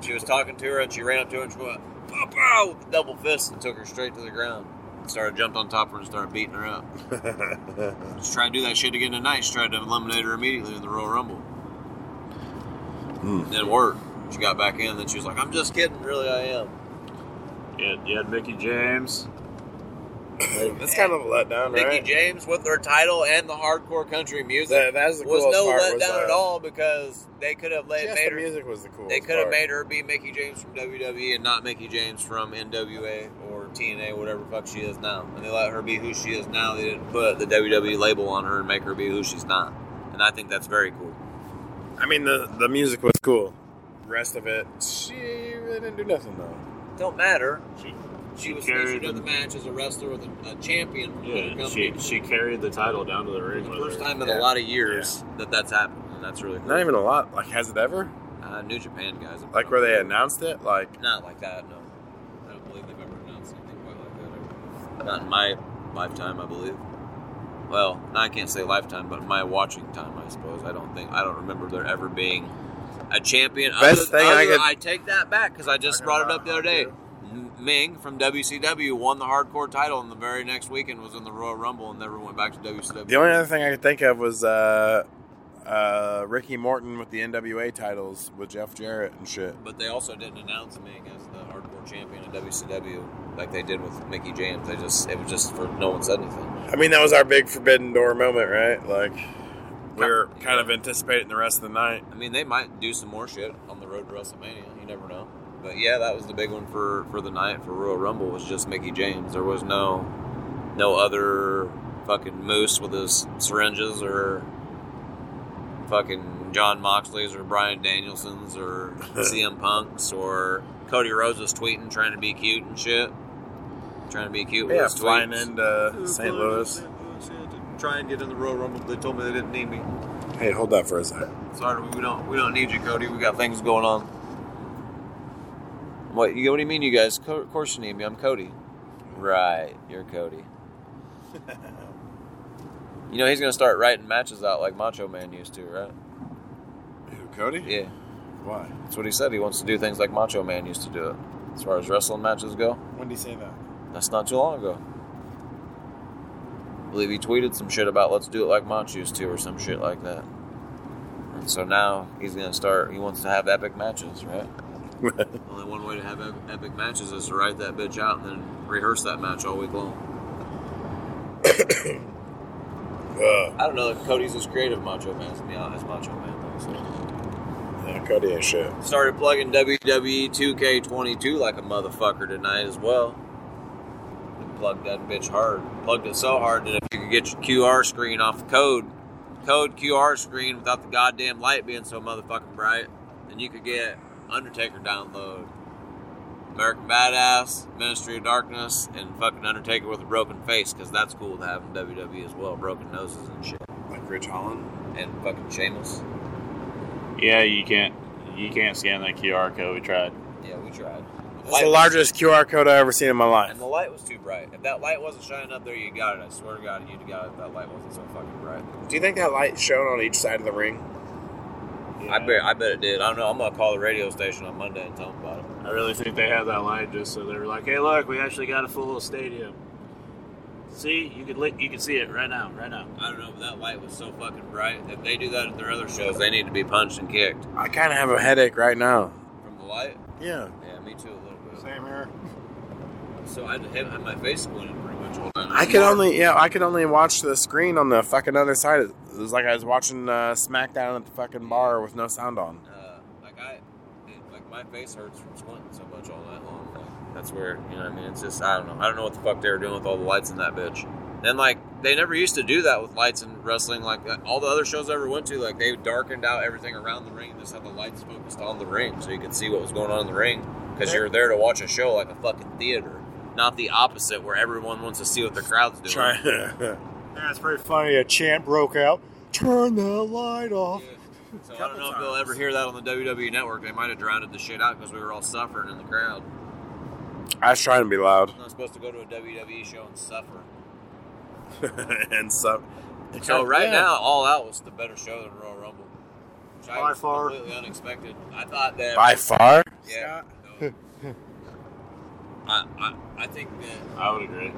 [SPEAKER 2] She was talking to her and she ran up to her and she went, "Pop out!" with the double fist and took her straight to the ground. Started jumped on top of her and started beating her up. Just try to do that shit again tonight. She tried to eliminate her immediately in the Royal Rumble.
[SPEAKER 1] Hmm.
[SPEAKER 2] Didn't work. She got back in, then she was like, "I'm just kidding, really, I am."
[SPEAKER 3] You had, you had Mickey James.
[SPEAKER 1] That's kind of a letdown,
[SPEAKER 2] Mickey
[SPEAKER 1] right?
[SPEAKER 2] James with her title and the hardcore country music
[SPEAKER 1] That, that's the
[SPEAKER 2] was
[SPEAKER 1] coolest
[SPEAKER 2] no
[SPEAKER 1] part,
[SPEAKER 2] letdown
[SPEAKER 1] was, uh,
[SPEAKER 2] at all because they could have laid,
[SPEAKER 1] Just
[SPEAKER 2] made
[SPEAKER 1] the
[SPEAKER 2] her
[SPEAKER 1] music was the coolest.
[SPEAKER 2] They could have
[SPEAKER 1] part.
[SPEAKER 2] made her be Mickey James from WWE and not Mickey James from NWA or TNA, whatever the fuck she is now. And they let her be who she is now. They didn't put the WWE label on her and make her be who she's not. And I think that's very cool.
[SPEAKER 1] I mean, the the music was cool. Rest of it, she really didn't do nothing though.
[SPEAKER 2] Don't matter.
[SPEAKER 3] She,
[SPEAKER 2] She was
[SPEAKER 3] carried
[SPEAKER 2] featured in the
[SPEAKER 3] the-
[SPEAKER 2] match as a wrestler with a, a champion from the
[SPEAKER 3] yeah,
[SPEAKER 2] company.
[SPEAKER 3] she she carried the title down to the
[SPEAKER 2] For
[SPEAKER 3] ring.
[SPEAKER 2] the
[SPEAKER 3] with
[SPEAKER 2] first
[SPEAKER 3] her.
[SPEAKER 2] time in
[SPEAKER 1] Yeah.
[SPEAKER 2] a lot of years that that's happened. And that's really cool.
[SPEAKER 1] Not even a lot. Like, has it ever?
[SPEAKER 2] uh, New Japan guys.
[SPEAKER 1] Like where they announced it? Like,
[SPEAKER 2] Not like that, no. I don't believe they've ever announced anything quite like that. Not in my lifetime, I believe. Well, I can't say lifetime, but my watching time, I suppose. I don't think I don't remember there ever being a champion.
[SPEAKER 1] Best thing I could-
[SPEAKER 2] I take that back because I just brought it up the other day. M- Ming from WCW won the hardcore title, and the very next weekend was in the Royal Rumble and never went back to WCW.
[SPEAKER 1] the only other thing I could think of was uh, uh, Ricky Morton with the NWA titles with Jeff Jarrett and shit.
[SPEAKER 2] But they also didn't announce Ming as the hardcore champion of WCW like they did with Mickey James. They just it was just for no one said anything.
[SPEAKER 1] I mean, that was our big Forbidden Door moment, right? Like, we were kind of anticipating the rest of the night.
[SPEAKER 2] I mean, they might do some more shit on the road to WrestleMania. You never know. But yeah, that was the big one for for the night for Royal Rumble was just Mickey James. There was no no other fucking moose with his syringes or fucking John Moxley's or Brian
[SPEAKER 1] [laughs]
[SPEAKER 2] Danielson's or CM Punk's or Cody Rhodes was tweeting trying to be cute and shit, trying to be cute with
[SPEAKER 1] Yeah,
[SPEAKER 2] his
[SPEAKER 1] flying
[SPEAKER 2] tweets.
[SPEAKER 1] into St. Louis.
[SPEAKER 2] Try and get in the Royal Rumble. They told me they didn't need me.
[SPEAKER 1] Hey, hold that for a second.
[SPEAKER 2] Sorry, we don't we don't need you, Cody. We got things going on. What you? What do you mean, you guys? Co- of course you need me. I'm Cody. Right, you're Cody. you know he's gonna start writing matches out like Macho Man used to, right?
[SPEAKER 1] Who, Cody?
[SPEAKER 2] Yeah,
[SPEAKER 1] Why?
[SPEAKER 2] that's what he said. He wants to do things like Macho Man used to do it. As far as wrestling matches go,
[SPEAKER 1] When did he say that? [laughs]
[SPEAKER 2] that's not too long ago. I believe he tweeted some shit about let's do it like Mach used to or some shit like that. And so now he's gonna start. He wants to have epic matches, right? Only one way to have ep- epic matches is to write that bitch out and then rehearse that match all week long.
[SPEAKER 1] Ugh.
[SPEAKER 2] I don't know if Cody's as creative Macho Man as me as Macho Man. though, So.
[SPEAKER 1] Yeah, Cody ain't shit.
[SPEAKER 2] E Started plugging WWE 2K22 like a motherfucker tonight as well. plugged that bitch hard. Plugged it so hard that if you could get your QR screen off the code, code QR screen without the goddamn light being so motherfucking bright, then you could get Undertaker download. American Badass, Ministry of Darkness, and fucking Undertaker with a broken face, because that's cool to have in WWE as well. Broken noses and shit.
[SPEAKER 6] Like Rich Holland.
[SPEAKER 2] And fucking shameless.
[SPEAKER 3] Yeah, you can't you can't scan that QR code. We tried.
[SPEAKER 2] Yeah, we tried.
[SPEAKER 1] It's the largest QR code I've ever seen in my life.
[SPEAKER 2] And the light was too bright. If that light wasn't shining up there, you got it. I swear to God, you'd have got it if that light wasn't so fucking bright.
[SPEAKER 6] Do you think that light shone on each side of the ring?
[SPEAKER 2] I bet I bet it did. I don't know. I'm going to call the radio station on Monday and tell them about it.
[SPEAKER 3] I really think they had that line just so they were like, "Hey, look, we actually got a full stadium. See, you could li- you can see it right now, right now."
[SPEAKER 2] I don't know, but that light was so fucking bright. If they do that at their other shows, they need to be punched and kicked.
[SPEAKER 1] I kind of have a headache right now.
[SPEAKER 2] From the light?
[SPEAKER 1] Yeah.
[SPEAKER 2] Yeah, me too, a little bit.
[SPEAKER 4] Same here.
[SPEAKER 2] So I had had my face squinted pretty much all the time.
[SPEAKER 1] I could only yeah I could only watch the screen on the fucking other side. It was like I was watching uh, SmackDown at the fucking bar with no sound on.
[SPEAKER 2] Uh, like, I, it, like, my face hurts from squinting so much all night long. Like, that's weird. You know what I mean? It's just, I don't know. I don't know what the fuck they were doing with all the lights in that bitch. And, like, they never used to do that with lights in wrestling. Like, uh, all the other shows I ever went to, like, they darkened out everything around the ring and just had the lights focused on the ring so you could see what was going on in the ring because you're there to watch a show like a fucking theater, not the opposite where everyone wants to see what the crowd's doing.
[SPEAKER 1] Try.
[SPEAKER 4] [laughs] Yeah, it's very funny. A chant broke out. Turn the light off.
[SPEAKER 2] So I don't know if they'll ever hear that on the WWE network. They might have drowned the shit out because we were all suffering in the crowd.
[SPEAKER 1] I was trying to be
[SPEAKER 4] [laughs]
[SPEAKER 1] loud
[SPEAKER 2] I'm not supposed to go to a WWE show and suffer.
[SPEAKER 1] and so.
[SPEAKER 2] So right now, All Out was the better show than Royal Rumble. Which I
[SPEAKER 4] By
[SPEAKER 2] was
[SPEAKER 4] far.
[SPEAKER 2] completely unexpected. I thought that
[SPEAKER 1] by far,
[SPEAKER 2] yeah. no. [laughs] I, I I think that
[SPEAKER 3] I would agree.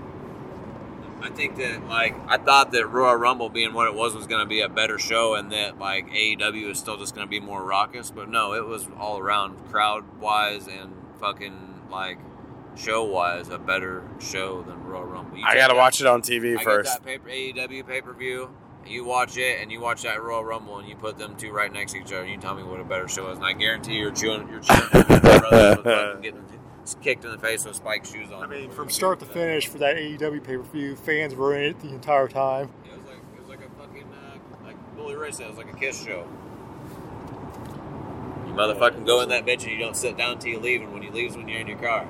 [SPEAKER 2] I think that like I thought that Royal Rumble being what it was was going to be a better show, and that like AEW is still just going to be more raucous. But no, it was all around crowd wise and fucking like show wise a better show than Royal Rumble. You
[SPEAKER 1] I
[SPEAKER 2] take
[SPEAKER 1] gotta
[SPEAKER 2] that-
[SPEAKER 1] watch it on TV
[SPEAKER 2] I
[SPEAKER 1] first.
[SPEAKER 2] get that paper, AEW pay per view. You watch it, and you watch that Royal Rumble, and you put them two right next to each other. and You tell me what a better show is, and I guarantee you're chewing, you're chewing, your brothers
[SPEAKER 1] [laughs]
[SPEAKER 2] with fucking getting kicked in the face with spike shoes on.
[SPEAKER 4] I mean, from start to finish for that AEW pay per view, fans were in it the entire time.
[SPEAKER 2] It was like it was like a fucking uh, like Bully Ray said, it was like a kiss show. You motherfucking go in that bitch and you don't sit down till you leave, and when you leave is when you're in your car.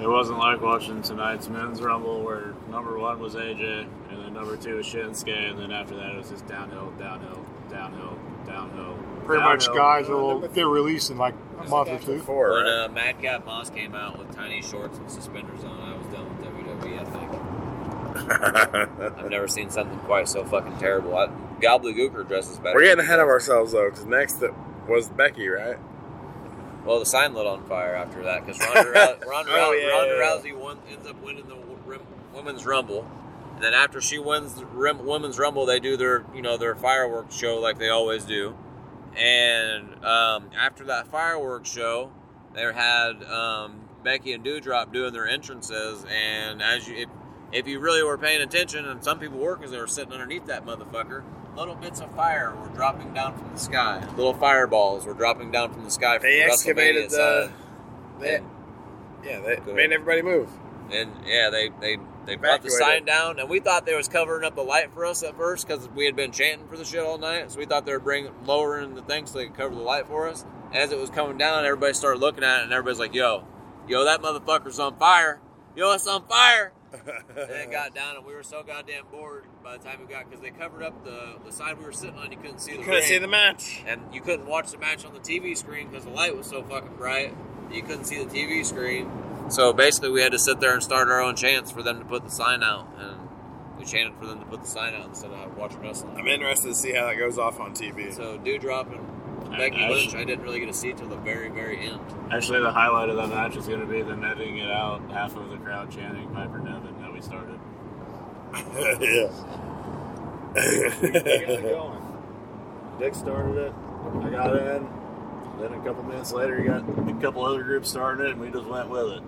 [SPEAKER 3] It wasn't like watching tonight's men's rumble where number one was AJ and then number two was Shinsuke and then after that it was just downhill, downhill, downhill, downhill.
[SPEAKER 4] Pretty much,
[SPEAKER 3] downhill.
[SPEAKER 4] guys will they're releasing like a month or two.
[SPEAKER 1] Before,
[SPEAKER 2] when
[SPEAKER 1] right?
[SPEAKER 2] uh, Madcap Moss came out with tiny shorts and suspenders on, I was done with WWE. I
[SPEAKER 6] [laughs]
[SPEAKER 1] [laughs]
[SPEAKER 2] think. I've never seen something quite so fucking terrible. I, Gobbledygooker dresses better.
[SPEAKER 1] We're getting ahead of ourselves though, because next that was Becky, right?
[SPEAKER 2] Well, the sign lit on fire after that
[SPEAKER 1] [laughs]
[SPEAKER 2] because Ronda, Rou- Ronda,
[SPEAKER 1] Oh,
[SPEAKER 2] Rou-
[SPEAKER 1] yeah,
[SPEAKER 2] Ronda
[SPEAKER 1] yeah,
[SPEAKER 2] Rousey won, ends up winning the w- rim, women's rumble, and then after she wins the rim, women's rumble, they do their you know their fireworks show like they always do, and um, after that fireworks show, they had um, Becky and Dewdrop doing their entrances, and as you if, if you really were paying attention, and some people were because they were sitting underneath that motherfucker. Little bits of fire were dropping down from the sky. Little fireballs were dropping down from the sky. From
[SPEAKER 1] They
[SPEAKER 2] the
[SPEAKER 1] excavated
[SPEAKER 2] WrestleMania
[SPEAKER 1] the.
[SPEAKER 2] side.
[SPEAKER 1] They,
[SPEAKER 2] And-
[SPEAKER 1] yeah, they
[SPEAKER 2] Go ahead.
[SPEAKER 1] made everybody move.
[SPEAKER 2] and yeah, they they they brought the
[SPEAKER 1] Evacuated.
[SPEAKER 2] sign down, and we thought they was covering up the light for us at first because we had been chanting for the shit all night. So we thought they were bringing lowering the thing so they could cover the light for us. As it was coming down, everybody started looking at it, and everybody's like, "Yo, yo, that motherfucker's on fire! Yo, it's on fire!" and it got down, and we were so goddamn bored by the time we got because they covered up the the side we were sitting on. You couldn't see the
[SPEAKER 1] Couldn't
[SPEAKER 2] ring
[SPEAKER 1] see the match.
[SPEAKER 2] and you couldn't watch the match on the TV screen because the light was so fucking bright. You couldn't see the TV screen. So basically, we had to sit there and start our own chants for them to put the sign out, and we chanted for them to put the sign out instead of watching wrestling.
[SPEAKER 1] [laughs] I'm interested to see how that goes off on TV. [laughs]
[SPEAKER 2] So Dewdrop and
[SPEAKER 3] I-
[SPEAKER 2] Becky
[SPEAKER 3] I-
[SPEAKER 2] Lynch, I didn't really get to see till the very, very end.
[SPEAKER 3] Actually, the highlight of that match is going to be them editing it out, half of the crowd chanting Piper Nevin that we started.
[SPEAKER 1] yeah.
[SPEAKER 3] going. Dick started it. I got in. Then a couple minutes later, you got a couple other groups starting it, and we just went with it.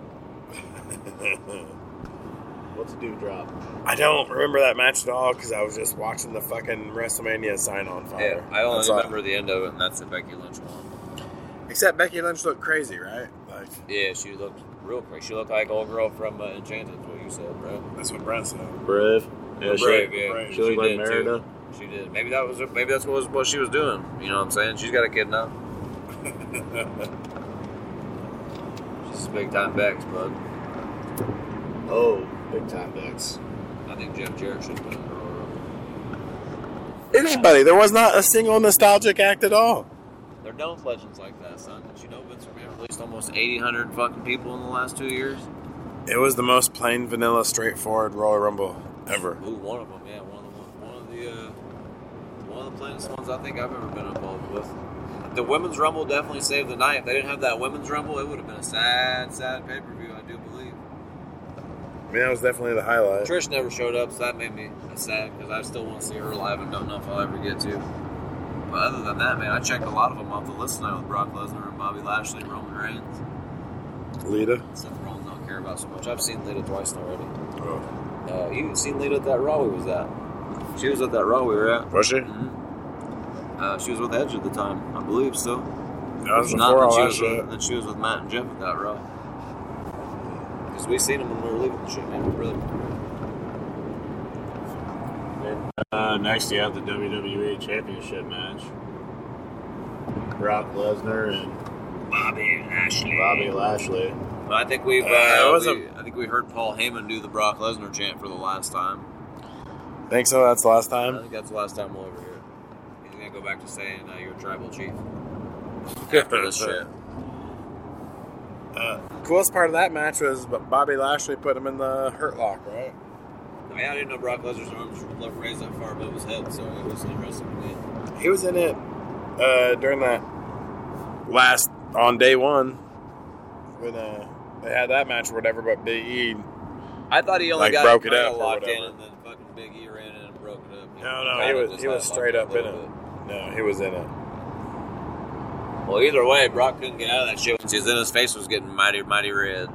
[SPEAKER 3] What's a dewdrop?
[SPEAKER 1] [laughs] I don't remember that match at all because I was just watching the fucking WrestleMania sign on fire.
[SPEAKER 2] Yeah, I only
[SPEAKER 1] That's all.
[SPEAKER 2] remember the end of it, and that's the Becky Lynch one.
[SPEAKER 1] Except Becky Lynch looked crazy, right? Like
[SPEAKER 2] Yeah, she looked real quick. She looked like old girl from uh, Enchanted. What you you said, bro.
[SPEAKER 6] That's what Brett said.
[SPEAKER 3] Brave. Yeah, she,
[SPEAKER 2] Brave, yeah.
[SPEAKER 6] Brave.
[SPEAKER 3] she looked like
[SPEAKER 2] did, too.
[SPEAKER 3] Merida.
[SPEAKER 2] She did. Maybe that was maybe that's what was what she was doing. You know what I'm saying? She's got a kid
[SPEAKER 3] [laughs]
[SPEAKER 2] now. She's a big time Bex, bud.
[SPEAKER 3] Oh, big time Bex.
[SPEAKER 2] I think Jeff Jarrett should have been in Aurora.
[SPEAKER 1] Anybody. There was not a single nostalgic act at all.
[SPEAKER 2] They're done with legends like that, son. Did you know Vince McMahon released almost 800 fucking people in the last two years?
[SPEAKER 1] It was the most plain vanilla, straightforward Royal Rumble ever.
[SPEAKER 2] Ooh, one of them, yeah, one of the one, one of the uh, one of the plainest ones I think I've ever been involved with. The women's rumble definitely saved the night. If they didn't have that women's rumble, it would have been a sad, sad pay per view. I do believe.
[SPEAKER 1] I mean, that was definitely the highlight.
[SPEAKER 2] Trish never showed up, so that made me sad because I still want to see her live and don't know if I'll ever get to. But other than that, man, I checked a lot of them off the list tonight with Brock Lesnar and Bobby Lashley, Roman Reigns,
[SPEAKER 1] Lita.
[SPEAKER 2] stuff Rollins don't care about so much. I've seen Lita twice already.
[SPEAKER 1] Oh.
[SPEAKER 2] Uh, you even seen Lita at that Raw we was at. She was at that Raw we were at.
[SPEAKER 1] Was she?
[SPEAKER 2] Uh, she was with Edge at the time, I believe. So
[SPEAKER 1] That was
[SPEAKER 2] not
[SPEAKER 1] before
[SPEAKER 2] that
[SPEAKER 1] all
[SPEAKER 2] she,
[SPEAKER 1] that
[SPEAKER 2] was
[SPEAKER 1] shit.
[SPEAKER 2] with, that she was with Matt and Jeff at that Raw. Because we seen them when we were leaving the shit, man. We really
[SPEAKER 3] Uh, next, you have the WWE Championship match. Brock Lesnar and
[SPEAKER 2] Bobby Lashley.
[SPEAKER 3] Bobby Lashley.
[SPEAKER 2] But I think we've. Uh,
[SPEAKER 1] Uh, it was a-
[SPEAKER 2] we- I think we heard Paul Heyman do the Brock Lesnar chant for the last time.
[SPEAKER 1] Think so? That's the last
[SPEAKER 2] I
[SPEAKER 1] time?
[SPEAKER 2] think that's the last time we'll ever hear it. He's gonna go back to saying uh, you're a
[SPEAKER 1] [laughs]
[SPEAKER 2] tribal chief after this shit. Uh,
[SPEAKER 1] Uh, Coolest part of that match was Bobby Lashley put him in the hurt lock, right?
[SPEAKER 2] I mean, I didn't know Brock Lesnar's arms were raised that far above his head, so it was interesting to me.
[SPEAKER 1] He was in it uh, during that last on day one when uh, they had that match or whatever. But Big E,
[SPEAKER 2] I thought he only
[SPEAKER 1] Like,
[SPEAKER 2] got
[SPEAKER 1] broke
[SPEAKER 2] it
[SPEAKER 1] it
[SPEAKER 2] kinda
[SPEAKER 1] up or
[SPEAKER 2] locked in,
[SPEAKER 1] whatever.
[SPEAKER 2] and then fucking Big E ran in and broke it up.
[SPEAKER 1] No, no,
[SPEAKER 2] kinda
[SPEAKER 1] he was-
[SPEAKER 2] just
[SPEAKER 1] he
[SPEAKER 2] had
[SPEAKER 1] was
[SPEAKER 2] it
[SPEAKER 1] straight
[SPEAKER 2] locked
[SPEAKER 1] up in
[SPEAKER 2] a
[SPEAKER 1] it.
[SPEAKER 2] little
[SPEAKER 1] no, he was in it.
[SPEAKER 2] bit. Well, either way, Brock couldn't get out of that shit once he was in. His face was getting mighty, mighty red.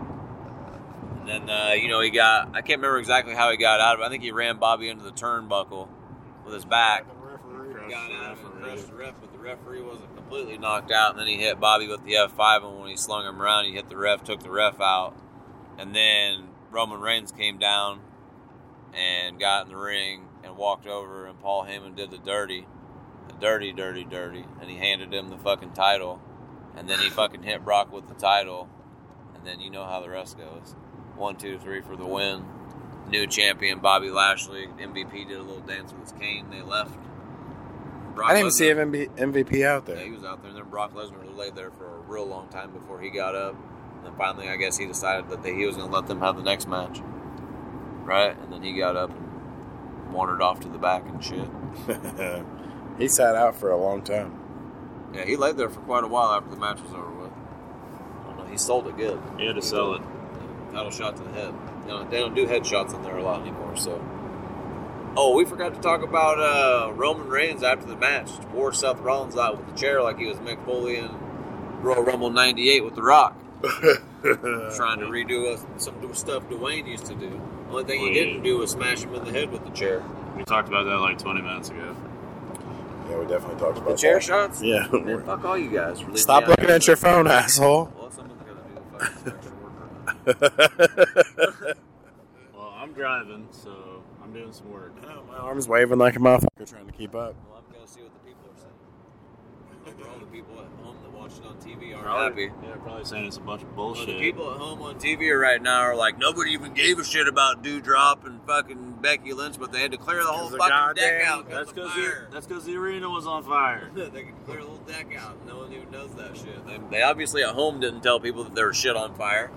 [SPEAKER 2] And then uh, you know he got—I can't remember exactly how he got out of it. I think he ran Bobby into the turnbuckle with his back.
[SPEAKER 4] The referee.
[SPEAKER 2] got out of it, crushed the ref, but the referee wasn't completely knocked out. And then he hit Bobby with the F5, and when he slung him around, he hit the ref, took the ref out. And then Roman Reigns came down and got in the ring and walked over, and Paul Heyman did the dirty, the dirty, dirty, dirty, and he handed him the fucking title. And then he fucking hit Brock with the title. And then you know how the rest goes. One, two, three for the win. New champion Bobby Lashley. MVP did a little dance with his cane. They left. Brock
[SPEAKER 1] I didn't even
[SPEAKER 2] Lesnar-
[SPEAKER 1] see him MVP out
[SPEAKER 2] yeah, he
[SPEAKER 1] there.
[SPEAKER 2] was out there. And then Brock Lesnar laid there for a real long time before he got up. And then finally, I guess he decided that they, he was going to let them have the next match. Right? And then he got up and wandered off to the back and shit.
[SPEAKER 1] [laughs] he sat out for a long
[SPEAKER 2] [laughs]
[SPEAKER 1] time.
[SPEAKER 2] Yeah, he laid there for quite a while after the match was over with. I don't know. He sold it good.
[SPEAKER 3] He had to sell it.
[SPEAKER 2] Title shot to the head. You know, they don't do head shots in there a lot anymore, so. Oh, we forgot to talk about uh, Roman Reigns after the match. Wore Seth Rollins out with the chair like he was Mick Foley in Royal Rumble 98 with The Rock.
[SPEAKER 3] Uh,
[SPEAKER 2] trying to redo us some of the stuff Dwayne used to do. Only thing he
[SPEAKER 3] Wait.
[SPEAKER 2] didn't do was smash him in the head with the chair.
[SPEAKER 3] We talked about that like 20 minutes ago.
[SPEAKER 1] Yeah, we definitely talked about
[SPEAKER 2] The chair shots?
[SPEAKER 1] Yeah.
[SPEAKER 2] Man, fuck all you guys. [laughs] Leave me
[SPEAKER 1] Stop
[SPEAKER 2] out
[SPEAKER 1] looking
[SPEAKER 2] here.
[SPEAKER 1] at your phone, asshole. [laughs]
[SPEAKER 2] Well, someone's got to do the fucking structure work right now.
[SPEAKER 3] Well, I'm driving, so I'm doing some work.
[SPEAKER 1] My arm's waving like a motherfucker trying to keep up.
[SPEAKER 2] Well, I'm going to see what the people are saying. For all the people at home that watch it on TV are
[SPEAKER 3] Probably,
[SPEAKER 2] happy.
[SPEAKER 3] yeah, probably saying it's a bunch of
[SPEAKER 2] Well,
[SPEAKER 3] bullshit.
[SPEAKER 2] the people at home on TV right now are like, nobody even gave a shit about Dewdrop and fucking Becky Lynch, but they had to clear the whole
[SPEAKER 1] Because the
[SPEAKER 2] fucking deck
[SPEAKER 1] goddamn-
[SPEAKER 2] out. 'cause
[SPEAKER 3] that's
[SPEAKER 2] of
[SPEAKER 3] because
[SPEAKER 2] fire. [laughs]
[SPEAKER 3] that's because the arena was on fire.
[SPEAKER 2] they can clear the whole deck out. No one even knows that shit. They, they obviously at home didn't tell people that there was shit on fire.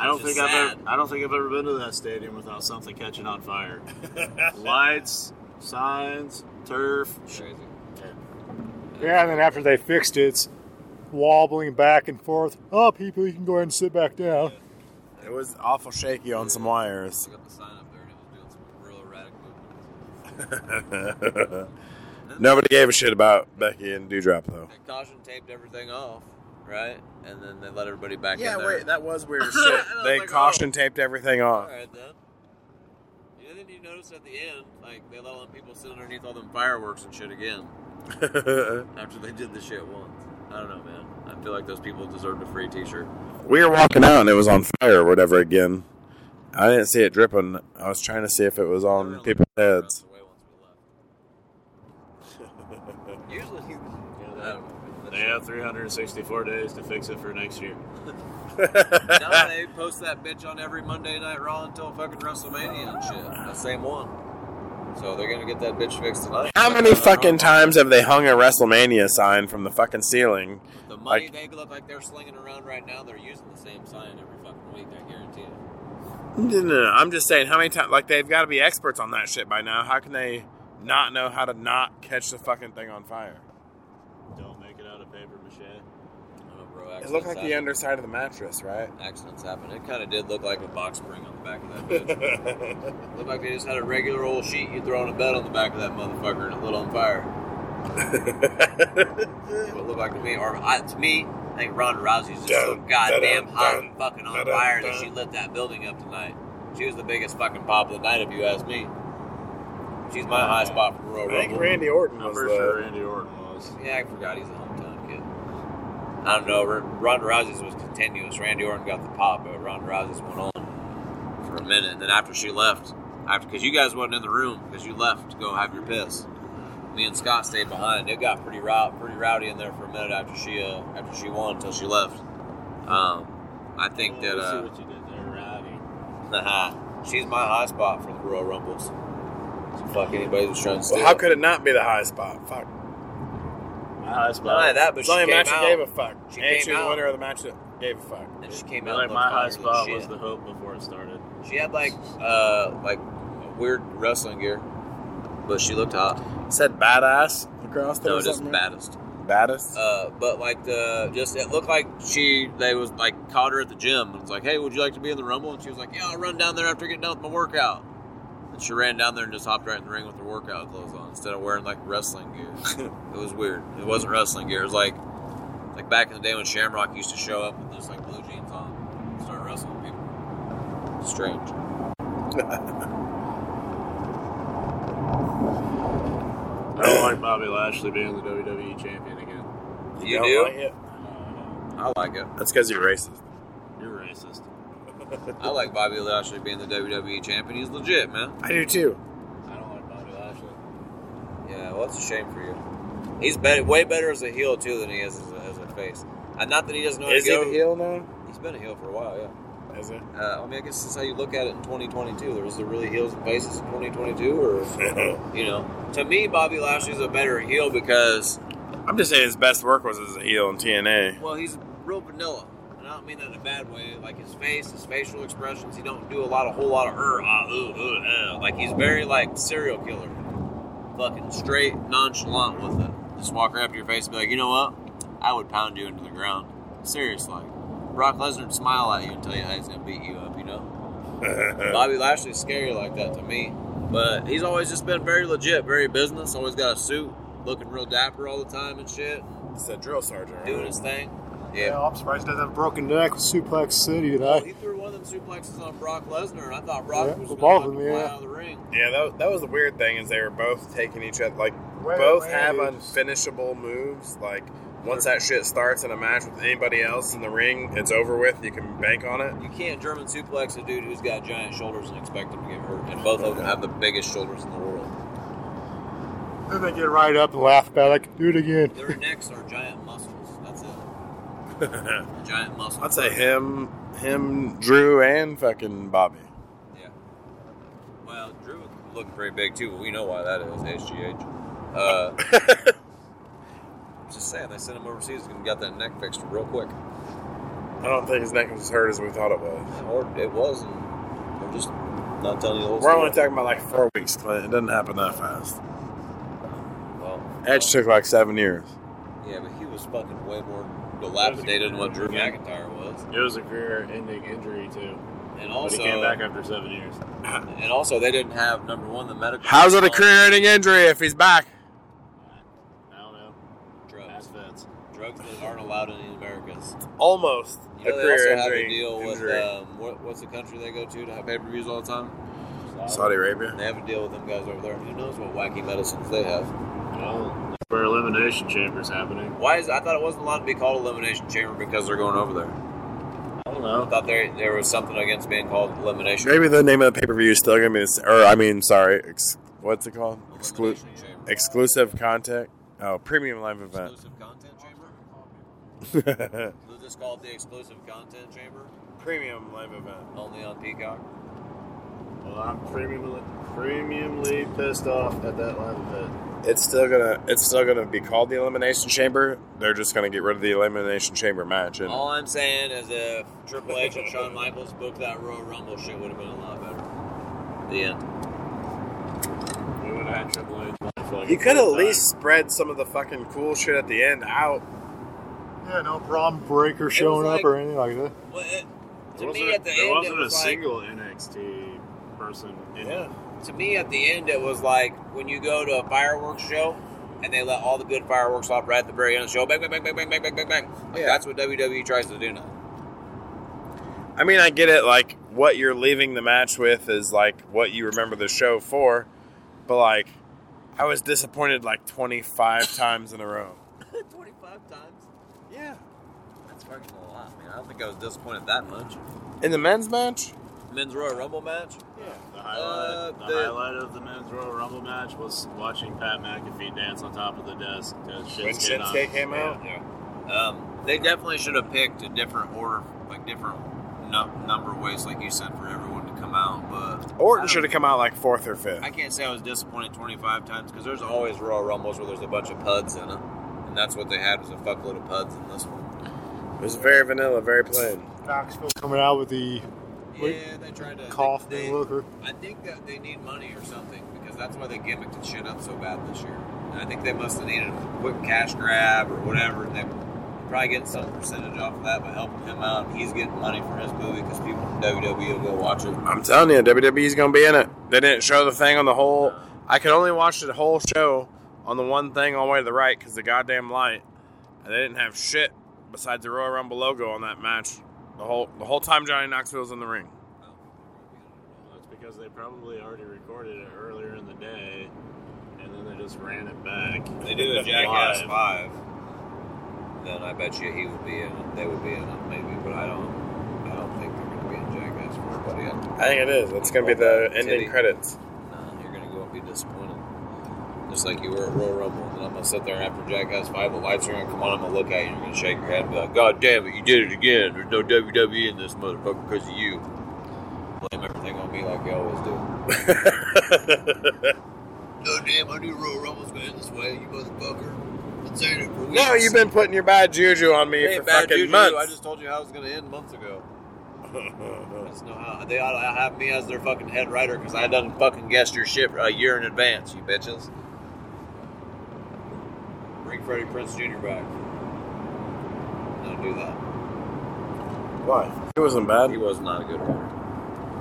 [SPEAKER 3] I don't
[SPEAKER 2] Which is
[SPEAKER 3] think I've
[SPEAKER 2] sad.
[SPEAKER 3] ever, I don't think I've ever been to that stadium without something catching on fire.
[SPEAKER 2] [laughs]
[SPEAKER 3] Lights, signs, turf.
[SPEAKER 2] Crazy.
[SPEAKER 4] Yeah, and then after they fixed it, it's wobbling back and forth. Oh, people, you can go ahead and sit back down.
[SPEAKER 1] It was awful shaky on some wires. [laughs]
[SPEAKER 2] I got the sign up there and it was doing some real erratic movements.
[SPEAKER 1] Nobody gave a shit about Becky and Dewdrop though.
[SPEAKER 2] They caution taped everything off, right? And then they let everybody back in
[SPEAKER 1] Yeah,
[SPEAKER 2] there.
[SPEAKER 1] wait, that was [laughs] oh. weird as
[SPEAKER 2] I
[SPEAKER 1] shit.
[SPEAKER 2] was
[SPEAKER 1] they
[SPEAKER 2] like,
[SPEAKER 1] caution taped everything
[SPEAKER 2] All
[SPEAKER 1] off.
[SPEAKER 2] right then. And then you notice at the end, like they let all the people sit underneath all them fireworks and shit again
[SPEAKER 1] [laughs]
[SPEAKER 2] after they did the shit once. I don't know, man. I feel like those people deserved a free T-shirt.
[SPEAKER 1] we were walking out and it was on fire or whatever again. I didn't see it dripping. I was trying to see if it was on people's heads.
[SPEAKER 2] Usually, you know,
[SPEAKER 3] They have 364 days to fix it for next year.
[SPEAKER 2] now they post that bitch on every Monday Night Raw until fucking WrestleMania and shit. That same one. So they're gonna get that bitch fixed tonight.
[SPEAKER 1] How many fucking times have they hung a WrestleMania sign from the fucking ceiling?
[SPEAKER 2] The money they look like they're slinging around right now, they're using the same sign every fucking week. I guarantee it.
[SPEAKER 1] No, no, no. I'm just saying, how many times? Like, they've got to be experts on that shit by now. How can they not know how to not catch the fucking thing on fire?
[SPEAKER 3] Don't make it out of paper mache.
[SPEAKER 2] I don't know, bro.
[SPEAKER 1] It
[SPEAKER 2] Accidents
[SPEAKER 1] looked like the
[SPEAKER 2] happen.
[SPEAKER 1] underside of the mattress, [laughs] right?
[SPEAKER 2] Accidents happen. It kind of did look like a box spring on the
[SPEAKER 1] [laughs]
[SPEAKER 2] back of that bitch. looked like they just had a regular old sheet you throw in a bed on the back of that motherfucker and it lit on fire. what it looked like to me, or I, to me, I think Ronda Rousey's just so
[SPEAKER 6] Dun,
[SPEAKER 2] goddamn
[SPEAKER 6] dun,
[SPEAKER 2] hot
[SPEAKER 6] dun,
[SPEAKER 2] and fucking on
[SPEAKER 6] dun, dun,
[SPEAKER 2] fire that
[SPEAKER 6] dun.
[SPEAKER 2] she lit that building up tonight. She was the biggest fucking pop of the night, if you ask me. She's my high spot for Royal
[SPEAKER 1] I think
[SPEAKER 2] Rumble.
[SPEAKER 1] Randy Orton
[SPEAKER 3] I'm
[SPEAKER 1] was
[SPEAKER 3] pretty sure
[SPEAKER 1] the.
[SPEAKER 3] Randy Orton was.
[SPEAKER 2] Yeah, I forgot he's a hometown kid. I don't know. R- Ronda Rousey's was continuous. Randy Orton got the pop, but Ronda Rousey's went on for a minute. And then after she left, after because you guys wasn't in the room because you left to go have your piss. Me and Scott stayed behind. It got pretty rowdy, pretty rowdy in there for a minute after she uh, after she won until she left. Um, I think that.
[SPEAKER 3] Oh, I
[SPEAKER 2] Uh,
[SPEAKER 3] see what you did there, Rowdy.
[SPEAKER 2] [laughs] Nah, she's my high spot for the Royal Rumbles. So fuck anybody who's trying to steal.
[SPEAKER 1] Well, how
[SPEAKER 2] it.
[SPEAKER 1] could it not be the high spot? Fuck.
[SPEAKER 3] My high
[SPEAKER 2] not only
[SPEAKER 3] spot.
[SPEAKER 2] that, but
[SPEAKER 1] It's
[SPEAKER 2] she
[SPEAKER 1] the only
[SPEAKER 2] came
[SPEAKER 1] match that
[SPEAKER 2] out
[SPEAKER 1] gave a fuck.
[SPEAKER 2] She
[SPEAKER 1] and
[SPEAKER 2] came
[SPEAKER 1] she was
[SPEAKER 2] out.
[SPEAKER 1] the winner of the match that gave a fuck.
[SPEAKER 2] and she came
[SPEAKER 3] I feel
[SPEAKER 2] out.
[SPEAKER 3] like
[SPEAKER 2] and
[SPEAKER 3] my
[SPEAKER 2] looked
[SPEAKER 3] high
[SPEAKER 2] fire
[SPEAKER 3] spot
[SPEAKER 2] as shit.
[SPEAKER 3] was the hope before it started.
[SPEAKER 2] She had like uh like weird wrestling gear, but she looked hot.
[SPEAKER 1] It said badass across there.
[SPEAKER 2] No,
[SPEAKER 1] or
[SPEAKER 2] just
[SPEAKER 1] something?
[SPEAKER 2] baddest.
[SPEAKER 1] Baddest?
[SPEAKER 2] Uh, but like the just it looked like she they was like caught her at the gym and was like, hey, would you like to be in the rumble? And she was like, yeah, I'll run down there after getting done with my workout. And she ran down there and just hopped right in the ring with her workout clothes on instead of wearing like wrestling gear. it was weird. It wasn't wrestling gear. It was like like back in the day when Shamrock used to show up with just like blue jeans on, and start wrestling people. Strange.
[SPEAKER 3] I don't like Bobby Lashley being the WWE champion again.
[SPEAKER 2] You,
[SPEAKER 1] don't
[SPEAKER 2] do?
[SPEAKER 1] like it?
[SPEAKER 2] I like it.
[SPEAKER 1] That's because you're racist.
[SPEAKER 3] You're racist.
[SPEAKER 2] I like Bobby Lashley being the WWE champion. He's legit, man.
[SPEAKER 1] I do too.
[SPEAKER 3] I don't like Bobby Lashley.
[SPEAKER 2] Yeah, well, it's a shame for you. He's better, way better as a heel too than he is as a, as a face. And not that he doesn't know how
[SPEAKER 1] Is
[SPEAKER 2] to
[SPEAKER 1] he
[SPEAKER 2] go.
[SPEAKER 1] the heel now?
[SPEAKER 2] He's been a heel for a while, yeah.
[SPEAKER 1] Is it?
[SPEAKER 2] Uh, I mean, I guess that's how you look at it in 2022. There was the really heels and faces in 2022, or you know, to me, Bobby Lashley's a better heel because
[SPEAKER 1] [laughs] I'm just saying his best work was as a heel in TNA.
[SPEAKER 2] well, he's real vanilla. And I don't mean that in a bad way. Like his face, his facial expressions, he don't do a lot, a whole lot of er, ah, ooh, ooh, eh. Like he's very like serial killer, fucking straight, nonchalant with it. Just walk right up to your face and be like, you know what? I would pound you into the ground. Seriously. Brock Lesnar would smile at you and tell you how he's gonna beat you up. You know. Bobby Lashley's scary like that to me. But he's always just been very legit, very business. Always got a suit, looking real dapper all the time and shit,
[SPEAKER 1] It's a drill sergeant.
[SPEAKER 2] doing his thing.
[SPEAKER 4] Yeah, I'm surprised he doesn't have a broken neck with Suplex City
[SPEAKER 2] Well,
[SPEAKER 4] tonight.
[SPEAKER 2] he threw one of them suplexes on Brock Lesnar, and I thought Brock
[SPEAKER 4] Yeah,
[SPEAKER 2] was
[SPEAKER 4] well,
[SPEAKER 2] going
[SPEAKER 4] both
[SPEAKER 2] to
[SPEAKER 4] of them,
[SPEAKER 2] fly
[SPEAKER 4] yeah.
[SPEAKER 2] out of the ring.
[SPEAKER 1] Yeah, that, that was the weird thing is they were both taking each other like
[SPEAKER 4] Wait,
[SPEAKER 1] both
[SPEAKER 4] wait,
[SPEAKER 1] have
[SPEAKER 4] dude.
[SPEAKER 1] unfinishable moves. Like once that shit starts in a match with anybody else in the ring, it's over with. You can bank on it.
[SPEAKER 2] You can't German suplex a dude who's got giant shoulders and expect him to get hurt. And both of them have the biggest shoulders in the world.
[SPEAKER 4] Then they get right up and laugh about it. Like, do it again.
[SPEAKER 2] Their necks are giant muscles. That's it. Giant muscles.
[SPEAKER 1] I'd say him, him, Drew, and fucking Bobby.
[SPEAKER 2] Yeah. Well, Drew looked pretty big too, but we know why that is. HGH. Uh, just saying, they sent him overseas and got that neck fixed real quick.
[SPEAKER 1] I don't think his neck was as hurt as we thought it was.
[SPEAKER 2] Or it was, and I'm just not telling you the whole
[SPEAKER 1] We're only
[SPEAKER 2] story.
[SPEAKER 1] talking about like four weeks, Clint. It doesn't happen that fast.
[SPEAKER 2] Well,
[SPEAKER 1] Edge took like seven years.
[SPEAKER 2] Yeah, but he was fucking way more dilapidated than what Drew McIntyre was.
[SPEAKER 3] It was a career-ending injury too.
[SPEAKER 2] And
[SPEAKER 3] But he
[SPEAKER 2] also,
[SPEAKER 3] came back after seven years.
[SPEAKER 2] and also, they didn't have number one the medical.
[SPEAKER 1] How's it a career-ending injury if he's back?
[SPEAKER 3] I don't know.
[SPEAKER 2] Drugs,
[SPEAKER 3] Ass vets.
[SPEAKER 2] drugs that aren't allowed in the Americas.
[SPEAKER 1] Almost
[SPEAKER 2] You know,
[SPEAKER 1] a
[SPEAKER 2] they also
[SPEAKER 1] career
[SPEAKER 2] have
[SPEAKER 1] injury.
[SPEAKER 2] to deal
[SPEAKER 1] injury.
[SPEAKER 2] with um, what, what's the country they go to to have pay per views all the time.
[SPEAKER 1] Saudi Arabia.
[SPEAKER 2] They have to deal with them guys over there. Who knows what wacky medicines they have?
[SPEAKER 3] Well, for elimination chambers happening.
[SPEAKER 2] Why is I thought it wasn't allowed to be called elimination chamber because they're going over there.
[SPEAKER 3] I don't don't know.
[SPEAKER 2] I thought there there was something against being called elimination.
[SPEAKER 1] Maybe the name of the pay per view is still gonna be, this, or I mean, sorry, ex- what's it called? Exclu-
[SPEAKER 2] Elimination chamber.
[SPEAKER 1] exclusive content. Oh, premium live event. [laughs]
[SPEAKER 2] Exclusive content chamber. They'll just call it the exclusive content chamber,
[SPEAKER 1] premium live event.
[SPEAKER 2] only on Peacock.
[SPEAKER 3] Well, I'm premiumly, premiumly pissed off at that live event.
[SPEAKER 1] It's still gonna, it's still gonna be called the Elimination Chamber. They're just gonna get rid of the Elimination Chamber match, and
[SPEAKER 2] All I'm saying is if Triple H and Shawn Michaels booked that Royal Rumble, shit would have been a lot better. The end.
[SPEAKER 3] We would have had Triple H. for like
[SPEAKER 1] you
[SPEAKER 3] a
[SPEAKER 1] could at
[SPEAKER 3] full time.
[SPEAKER 1] least spread some of the fucking cool shit at the end out.
[SPEAKER 4] Yeah, no problem breaker showing
[SPEAKER 2] like-
[SPEAKER 4] up or anything like that.
[SPEAKER 2] Well, it,
[SPEAKER 3] There
[SPEAKER 2] to
[SPEAKER 3] wasn't,
[SPEAKER 2] me, at the
[SPEAKER 3] there
[SPEAKER 2] end,
[SPEAKER 3] wasn't
[SPEAKER 2] it was
[SPEAKER 3] a
[SPEAKER 2] like,
[SPEAKER 3] single NXT person. In yeah.
[SPEAKER 2] to me at the end it was like when you go to a fireworks show and they let all the good fireworks off right at the very end of the show bang bang bang bang bang bang bang bang bang like,
[SPEAKER 1] Yeah.
[SPEAKER 2] that's what WWE tries to do now
[SPEAKER 1] I mean, I get it. Like, what you're leaving the match with is like what you remember the show for, but like, I was disappointed like 25 times in a row.
[SPEAKER 2] 25 times
[SPEAKER 1] Yeah.
[SPEAKER 2] that's fucking a lot man I don't think I was disappointed that much
[SPEAKER 1] In the men's match,
[SPEAKER 2] men's Royal Rumble match
[SPEAKER 3] The
[SPEAKER 2] Uh,
[SPEAKER 3] highlight, the,
[SPEAKER 2] the-
[SPEAKER 3] highlight of the men's Royal Rumble match was watching Pat McAfee dance on top of the desk. 'cause
[SPEAKER 1] when
[SPEAKER 3] Shinsuke knocked-
[SPEAKER 1] Shinsuke came
[SPEAKER 3] yeah.
[SPEAKER 1] out,
[SPEAKER 2] um, they definitely should have picked a different order like different nu- number of ways like you said for everyone to come out but I
[SPEAKER 1] Orton
[SPEAKER 2] don't-
[SPEAKER 1] should have come out like fourth or fifth.
[SPEAKER 2] I can't say I was disappointed 25 times because there's always Royal Rumbles where there's a bunch of PUDs in it and that's what they had was a fuckload of PUDs in this one
[SPEAKER 1] It was very vanilla, very plain.
[SPEAKER 4] Knoxville coming out with the Wait.
[SPEAKER 2] Yeah, they tried to they,
[SPEAKER 4] coffee looker.
[SPEAKER 2] I think that they need money or something because that's why they gimmicked the shit up so bad this year. And I think they must have needed a quick cash grab or whatever, and they probably getting some percentage off of that by helping him out. And he's getting money for his movie because people from WWE will go watch it.
[SPEAKER 1] I'm telling you, WWE's gonna be in it. They didn't show the thing on the whole. I could only watch the whole show on the one thing all the way to the right because the goddamn light, and they didn't have shit besides the Royal Rumble logo on that match. The whole the whole time Johnny Knoxville's in the ring.
[SPEAKER 3] Well, It's because they probably already recorded it earlier in the day, and then they just ran it back.
[SPEAKER 2] They do a Jackass
[SPEAKER 3] Live.
[SPEAKER 2] Five, then I bet you he would be in it. They would be in it maybe, but I don't. I don't think they're going to be in Jackass Four, buddy. I
[SPEAKER 1] I think it is. It's gonna be the ending credits.
[SPEAKER 2] Nah, you're gonna go and be disappointed. Just like you were at Royal Rumble, and I'm gonna sit there after Jackass Five, the lights are gonna come on, I'm gonna look at you, and you're gonna shake your head and be like, "God damn it, you did it again! There's no WWE in this motherfucker because of you." Blame everything on me like you always
[SPEAKER 1] [laughs]
[SPEAKER 2] do. No damn, I knew Royal Rumble was gonna end this way, you motherfucker. Been saying it for weeks.
[SPEAKER 1] no, you've been putting your bad juju on me
[SPEAKER 2] Hey,
[SPEAKER 1] for
[SPEAKER 2] bad
[SPEAKER 1] fucking
[SPEAKER 2] juju,
[SPEAKER 1] months.
[SPEAKER 2] I just told you how it was gonna end months ago. I just know how they ought to have me as their fucking head writer because I done fucking guessed your shit a year in advance, you bitches. Bring Freddie Prince Jr. back. Don't do that.
[SPEAKER 1] [laughs] Why? It wasn't bad.
[SPEAKER 2] He was not a good writer.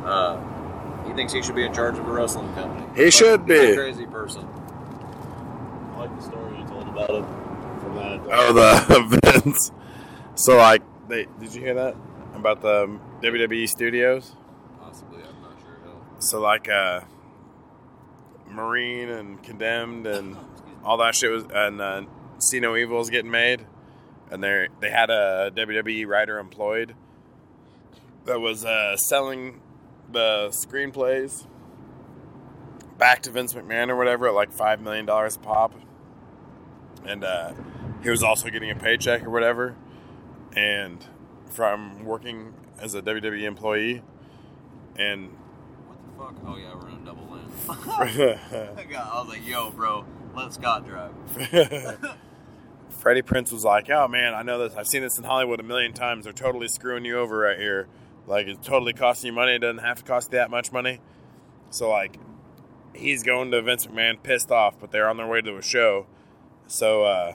[SPEAKER 2] Uh, he thinks he should be in charge of a wrestling company.
[SPEAKER 1] He should
[SPEAKER 2] he's
[SPEAKER 1] be.
[SPEAKER 2] A crazy person.
[SPEAKER 3] I like the story you told about it from that.
[SPEAKER 1] Oh, the [laughs] events. So like, they did you hear that about the WWE studios?
[SPEAKER 2] Possibly, I'm not sure. Hell.
[SPEAKER 1] So like, uh, Marine and Condemned
[SPEAKER 2] Oh,
[SPEAKER 1] and all that shit was, and uh, See No Evil was getting made, and they they had a WWE writer employed that was uh, selling the screenplays back to Vince McMahon or whatever at like five million dollars a pop, and uh, he was also getting a paycheck or whatever, and from working as a WWE employee, and
[SPEAKER 2] What the fuck? Oh yeah, we're in a double
[SPEAKER 1] [laughs]
[SPEAKER 2] lane. [laughs] I got- I was like, yo, bro, let Scott drive.
[SPEAKER 1] [laughs] Freddie Prince was like, "Oh man, I know this. I've seen this in Hollywood a million times. They're totally screwing you over right here. Like it's totally costing you money. It doesn't have to cost you that much money." So like, he's going to Vince McMahon pissed off, but they're on their way to a show. So uh,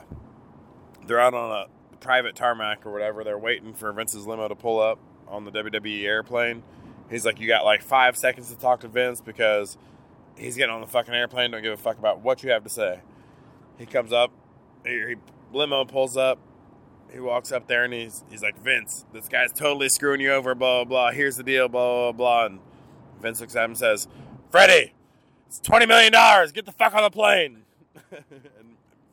[SPEAKER 1] they're out on a private tarmac or whatever. They're waiting for Vince's limo to pull up on the WWE airplane. He's like, "You got like five seconds to talk to Vince because he's getting on the fucking airplane. Don't give a fuck about what you have to say." He comes up, he, he limo pulls up. He walks up there and he's he's like, Vince, this guy's totally screwing you over, blah, blah, blah. Here's the deal, blah, blah, blah. And Vince looks at him and says, Freddie, it's $20 million. Get the fuck on the plane. [laughs] and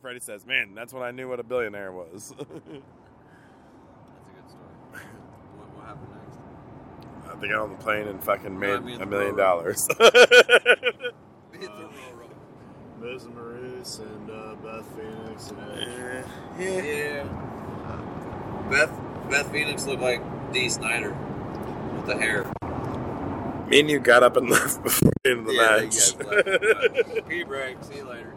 [SPEAKER 1] Freddie says, Man, that's when I knew what a billionaire was. [laughs]
[SPEAKER 2] That's a good story. What, what happened next?
[SPEAKER 1] I think I got on the plane and fucking made
[SPEAKER 2] No, I mean
[SPEAKER 1] a
[SPEAKER 2] the
[SPEAKER 1] million
[SPEAKER 2] road.
[SPEAKER 1] dollars. [laughs]
[SPEAKER 3] Miz and Maurice and uh, Beth Phoenix and Edge.
[SPEAKER 1] yeah.
[SPEAKER 2] Yeah. Beth Beth Phoenix looked like Dee Snyder with the hair.
[SPEAKER 1] Me and you got up and [laughs] left before the end of the match. [laughs]
[SPEAKER 2] Pee break. See you later.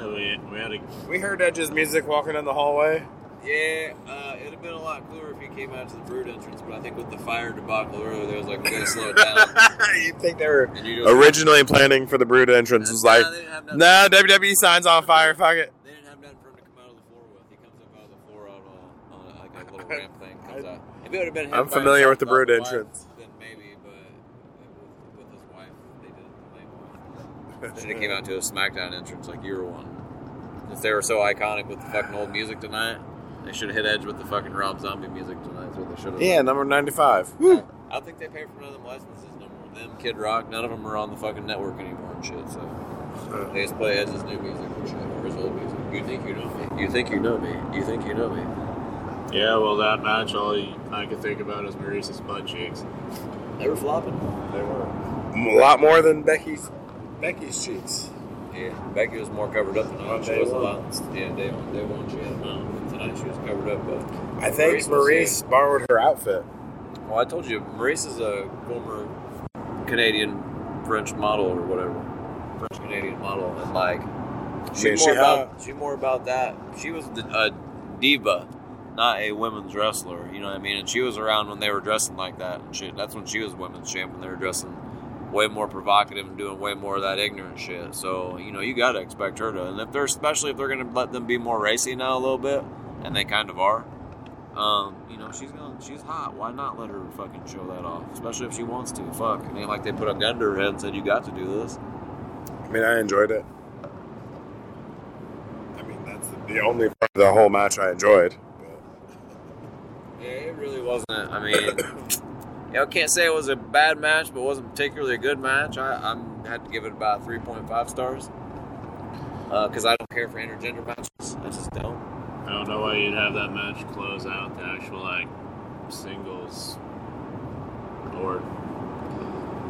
[SPEAKER 3] we, we had a
[SPEAKER 1] [laughs] We heard Edge's music walking down the [laughs] hallway.
[SPEAKER 2] Yeah, uh, it'd have been a lot cooler if he came out to the brood entrance, but I think with the fire debacle earlier, they was like, we gotta slow
[SPEAKER 1] [laughs]
[SPEAKER 2] it down.
[SPEAKER 1] you think they were
[SPEAKER 2] And you just-
[SPEAKER 1] originally planning for the Brood entrance? Was like,
[SPEAKER 2] Nah, they didn't have nothing.
[SPEAKER 1] no, WWE E signs on fire. Fuck it.
[SPEAKER 2] They didn't have nothing for him to come out of the floor with. He comes up out of the floor on, a, on a, like a
[SPEAKER 1] [laughs]
[SPEAKER 2] little ramp thing. Comes out. If it would have been him
[SPEAKER 1] I'm
[SPEAKER 2] by
[SPEAKER 1] familiar with the
[SPEAKER 2] himself
[SPEAKER 1] brood
[SPEAKER 2] wife,
[SPEAKER 1] entrance.
[SPEAKER 2] Then maybe, but with, with his wife, they did it the lame way. Should have came out to a SmackDown entrance like you were one. If they were so iconic with the fucking old music tonight, they should have hit Edge with the fucking Rob Zombie music tonight. That's what they should have.
[SPEAKER 1] Yeah, number 95. Woo.
[SPEAKER 2] I don't think they pay for none of them licenses no more. Them, Kid Rock, none of them are on the fucking network anymore and shit. So they just play Edge's new music and shit, or his old music. You think you know me? You think you know me? You think you know me?
[SPEAKER 3] yeah. Well, that match, all you- I could think about is Maurice's butt cheeks.
[SPEAKER 2] They were flopping.
[SPEAKER 3] They were.
[SPEAKER 1] A lot more than Becky's Becky's cheeks.
[SPEAKER 2] Yeah, Becky was more covered up than I
[SPEAKER 1] On
[SPEAKER 2] was.
[SPEAKER 1] day
[SPEAKER 2] She was a
[SPEAKER 1] one.
[SPEAKER 2] lot. Yeah, day one, day one she had a mount. Tonight she was covered up, but
[SPEAKER 1] I think
[SPEAKER 2] Maurice was
[SPEAKER 1] Maurice borrowed her outfit.
[SPEAKER 2] well, I told you, Maurice is a former Canadian French model or whatever, French Canadian model, and like She
[SPEAKER 1] Man,
[SPEAKER 2] more
[SPEAKER 1] she
[SPEAKER 2] about she more about that. She was the, a diva, not a women's wrestler. You know what I mean? And she was around when they were dressing like that and shit. That's when she was women's champ when they were dressing way more provocative and doing way more of that ignorant shit. So you know you gotta expect her to. And if they're especially if they're gonna let them be more racy now a little bit, and they kind of are. Um, you know she's gonna she's hot. Why not let her fucking show that off? Especially if she wants to. Fuck. It ain't like they put a gun to her head and said you got to do this.
[SPEAKER 1] I mean, I enjoyed it. I mean, that's the, the only part of the whole match I enjoyed.
[SPEAKER 2] Yeah, it really wasn't. I [coughs] mean, you know, I can't say it was a bad match, but it wasn't particularly a good match. I I'm, had to give it about 3.5 stars because I don't care for intergender matches. I just don't.
[SPEAKER 3] I don't know why you'd have that match close out the actual like singles or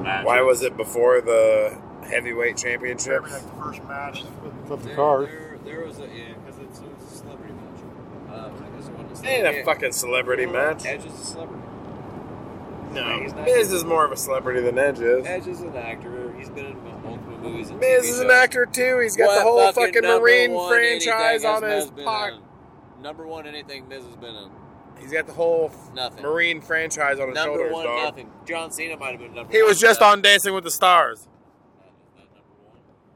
[SPEAKER 3] match.
[SPEAKER 1] Why was it before the heavyweight championship?
[SPEAKER 6] Maybe like the first match.
[SPEAKER 4] It's up the card.
[SPEAKER 2] There, there was a yeah, because it's, it was a celebrity match. Uh, I guess it wasn't
[SPEAKER 1] It ain't a fucking celebrity match.
[SPEAKER 2] Edge is a celebrity.
[SPEAKER 1] No,
[SPEAKER 2] He's not-
[SPEAKER 1] Miz is more of a celebrity than Edge is.
[SPEAKER 2] Edge is an actor. He's been in multiple movies. And
[SPEAKER 1] Miz
[SPEAKER 2] TV
[SPEAKER 1] is an
[SPEAKER 2] shows.
[SPEAKER 1] actor too. He's got the
[SPEAKER 2] What
[SPEAKER 1] whole fucking
[SPEAKER 2] number
[SPEAKER 1] Marine
[SPEAKER 2] one
[SPEAKER 1] franchise
[SPEAKER 2] anything
[SPEAKER 1] on
[SPEAKER 2] has
[SPEAKER 1] his
[SPEAKER 2] been
[SPEAKER 1] pocket.
[SPEAKER 2] in? Number one, anything Miz has been in.
[SPEAKER 1] He's got the whole
[SPEAKER 2] Nothing.
[SPEAKER 1] Marine franchise on his
[SPEAKER 2] number
[SPEAKER 1] shoulders,
[SPEAKER 2] one,
[SPEAKER 1] dog.
[SPEAKER 2] nothing. John Cena might have been number
[SPEAKER 1] He
[SPEAKER 2] one.
[SPEAKER 1] was just on Dancing with the Stars.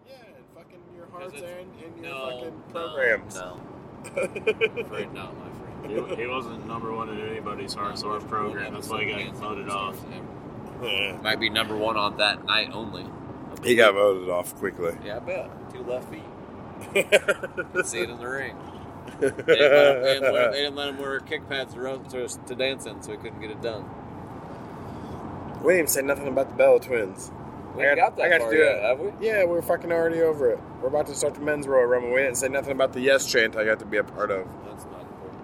[SPEAKER 1] Yeah, fucking your
[SPEAKER 2] heart's Because it's-
[SPEAKER 1] in
[SPEAKER 2] No, no, No. Afraid not, my friend.
[SPEAKER 3] He, he wasn't number one in anybody's hearts or program. That's why he got voted off.
[SPEAKER 2] Might be number one on that night only.
[SPEAKER 1] He got voted off [laughs] quickly.
[SPEAKER 2] Yeah, I bet. Two left feet. Could see it in the ring. They didn't let him, they didn't wear, they didn't let him wear kick pads to, run, to, to dance in, so he couldn't get it done.
[SPEAKER 1] We didn't even say nothing about the Bella Twins.
[SPEAKER 2] We
[SPEAKER 1] I
[SPEAKER 2] ain't
[SPEAKER 1] got-
[SPEAKER 2] got that
[SPEAKER 1] I got to
[SPEAKER 2] far
[SPEAKER 1] do
[SPEAKER 2] yet,
[SPEAKER 1] it.
[SPEAKER 2] have we?
[SPEAKER 1] Yeah, we're fucking already over it. We're about to start the men's Royal Rumble. We didn't say nothing about the yes chant I got to be a part of.
[SPEAKER 2] That's not important.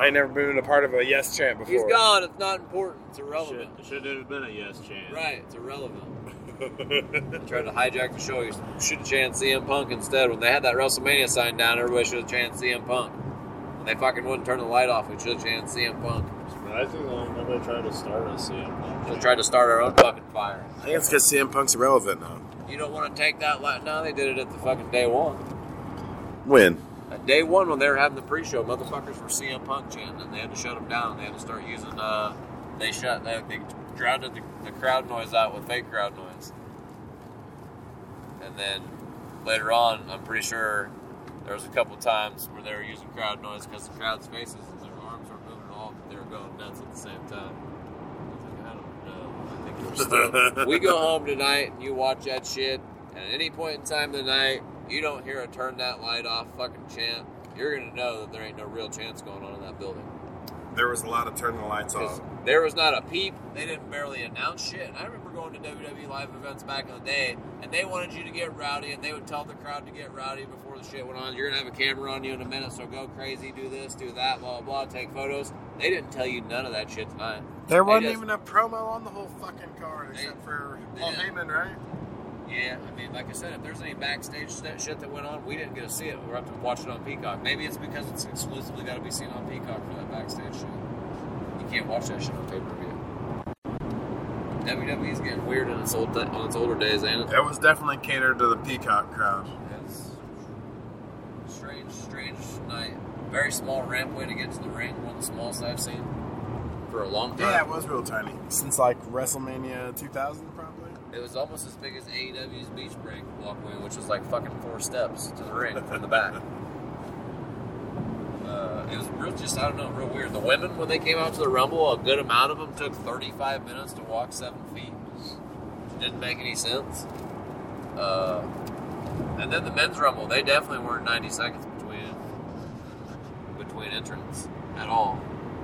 [SPEAKER 1] I ain't never been a part of a yes chant before.
[SPEAKER 2] He's gone. It's not important. It's irrelevant.
[SPEAKER 3] Should, should have been a yes chance.
[SPEAKER 2] Right, it's irrelevant. I
[SPEAKER 1] [laughs]
[SPEAKER 2] tried to hijack the show. You should have chanted CM Punk instead. When they had that WrestleMania sign down, everybody should have chanted CM Punk. When they fucking wouldn't turn the light off, we should have chanted CM Punk.
[SPEAKER 3] Surprisingly, nobody tried to start us.
[SPEAKER 2] They tried to start our own fucking fire.
[SPEAKER 1] I think it's because CM Punk's irrelevant now.
[SPEAKER 2] You don't want to take that light. No, they did it at the fucking day one.
[SPEAKER 1] When?
[SPEAKER 2] At day one, when they were having the pre-show, motherfuckers were CM Punk chanting, and they had to shut them down. They had to start using. Uh, they shut. They, they drowned the, the crowd noise out with fake crowd noise. And then later on, I'm pretty sure there was a couple times where they were using crowd noise because the crowd's faces and their arms were moving all, but they were going nuts at the same time. I was like, I don't know. I think it was we go home tonight and you watch that shit. And at any point in time of the night, you don't hear a turn that light off fucking chant. You're gonna know that there ain't no real chance going on in that building.
[SPEAKER 1] there was a lot of turning the lights
[SPEAKER 2] 'Cause there was not a peep. They didn't barely announce shit. And I remember going to WWE live events back in the day, and they wanted you to get rowdy, and they would tell the crowd to get rowdy before the shit went on. You're gonna have a camera on you in a minute, so go crazy, do this, do that, blah blah, blah take photos. They didn't tell you none of that shit tonight.
[SPEAKER 1] There wasn't
[SPEAKER 2] just-
[SPEAKER 1] even a promo on the whole fucking card
[SPEAKER 2] They-
[SPEAKER 1] except for
[SPEAKER 2] they
[SPEAKER 1] Paul
[SPEAKER 2] didn't.
[SPEAKER 1] Heyman, right?
[SPEAKER 2] Yeah, I mean, like I said, if there's any backstage st- shit that went on, we didn't get to see it. We're up to watch it on Peacock. Maybe it's because it's exclusively got to be seen on Peacock for that backstage shit. You can't watch that shit on pay per view. WWE's getting weird in its old on its older days, and
[SPEAKER 6] It was definitely catered to the Peacock crowd.
[SPEAKER 2] it's strange, strange night. Very small rampway to get to the ring, one of the smallest I've seen for a long
[SPEAKER 6] Yeah, it
[SPEAKER 2] time.
[SPEAKER 6] was real tiny. Since like WrestleMania 2000, probably.
[SPEAKER 2] It was almost as big as AEW's beach break walkway, which was like fucking four steps to the ring from the back. Uh, it was real, just I don't know, real weird. The women when they came out to the Rumble, a good amount of them took 35 minutes to walk seven feet. Didn't make any sense. Uh, and then the men's Rumble, they definitely weren't 90 seconds between between entrance at all.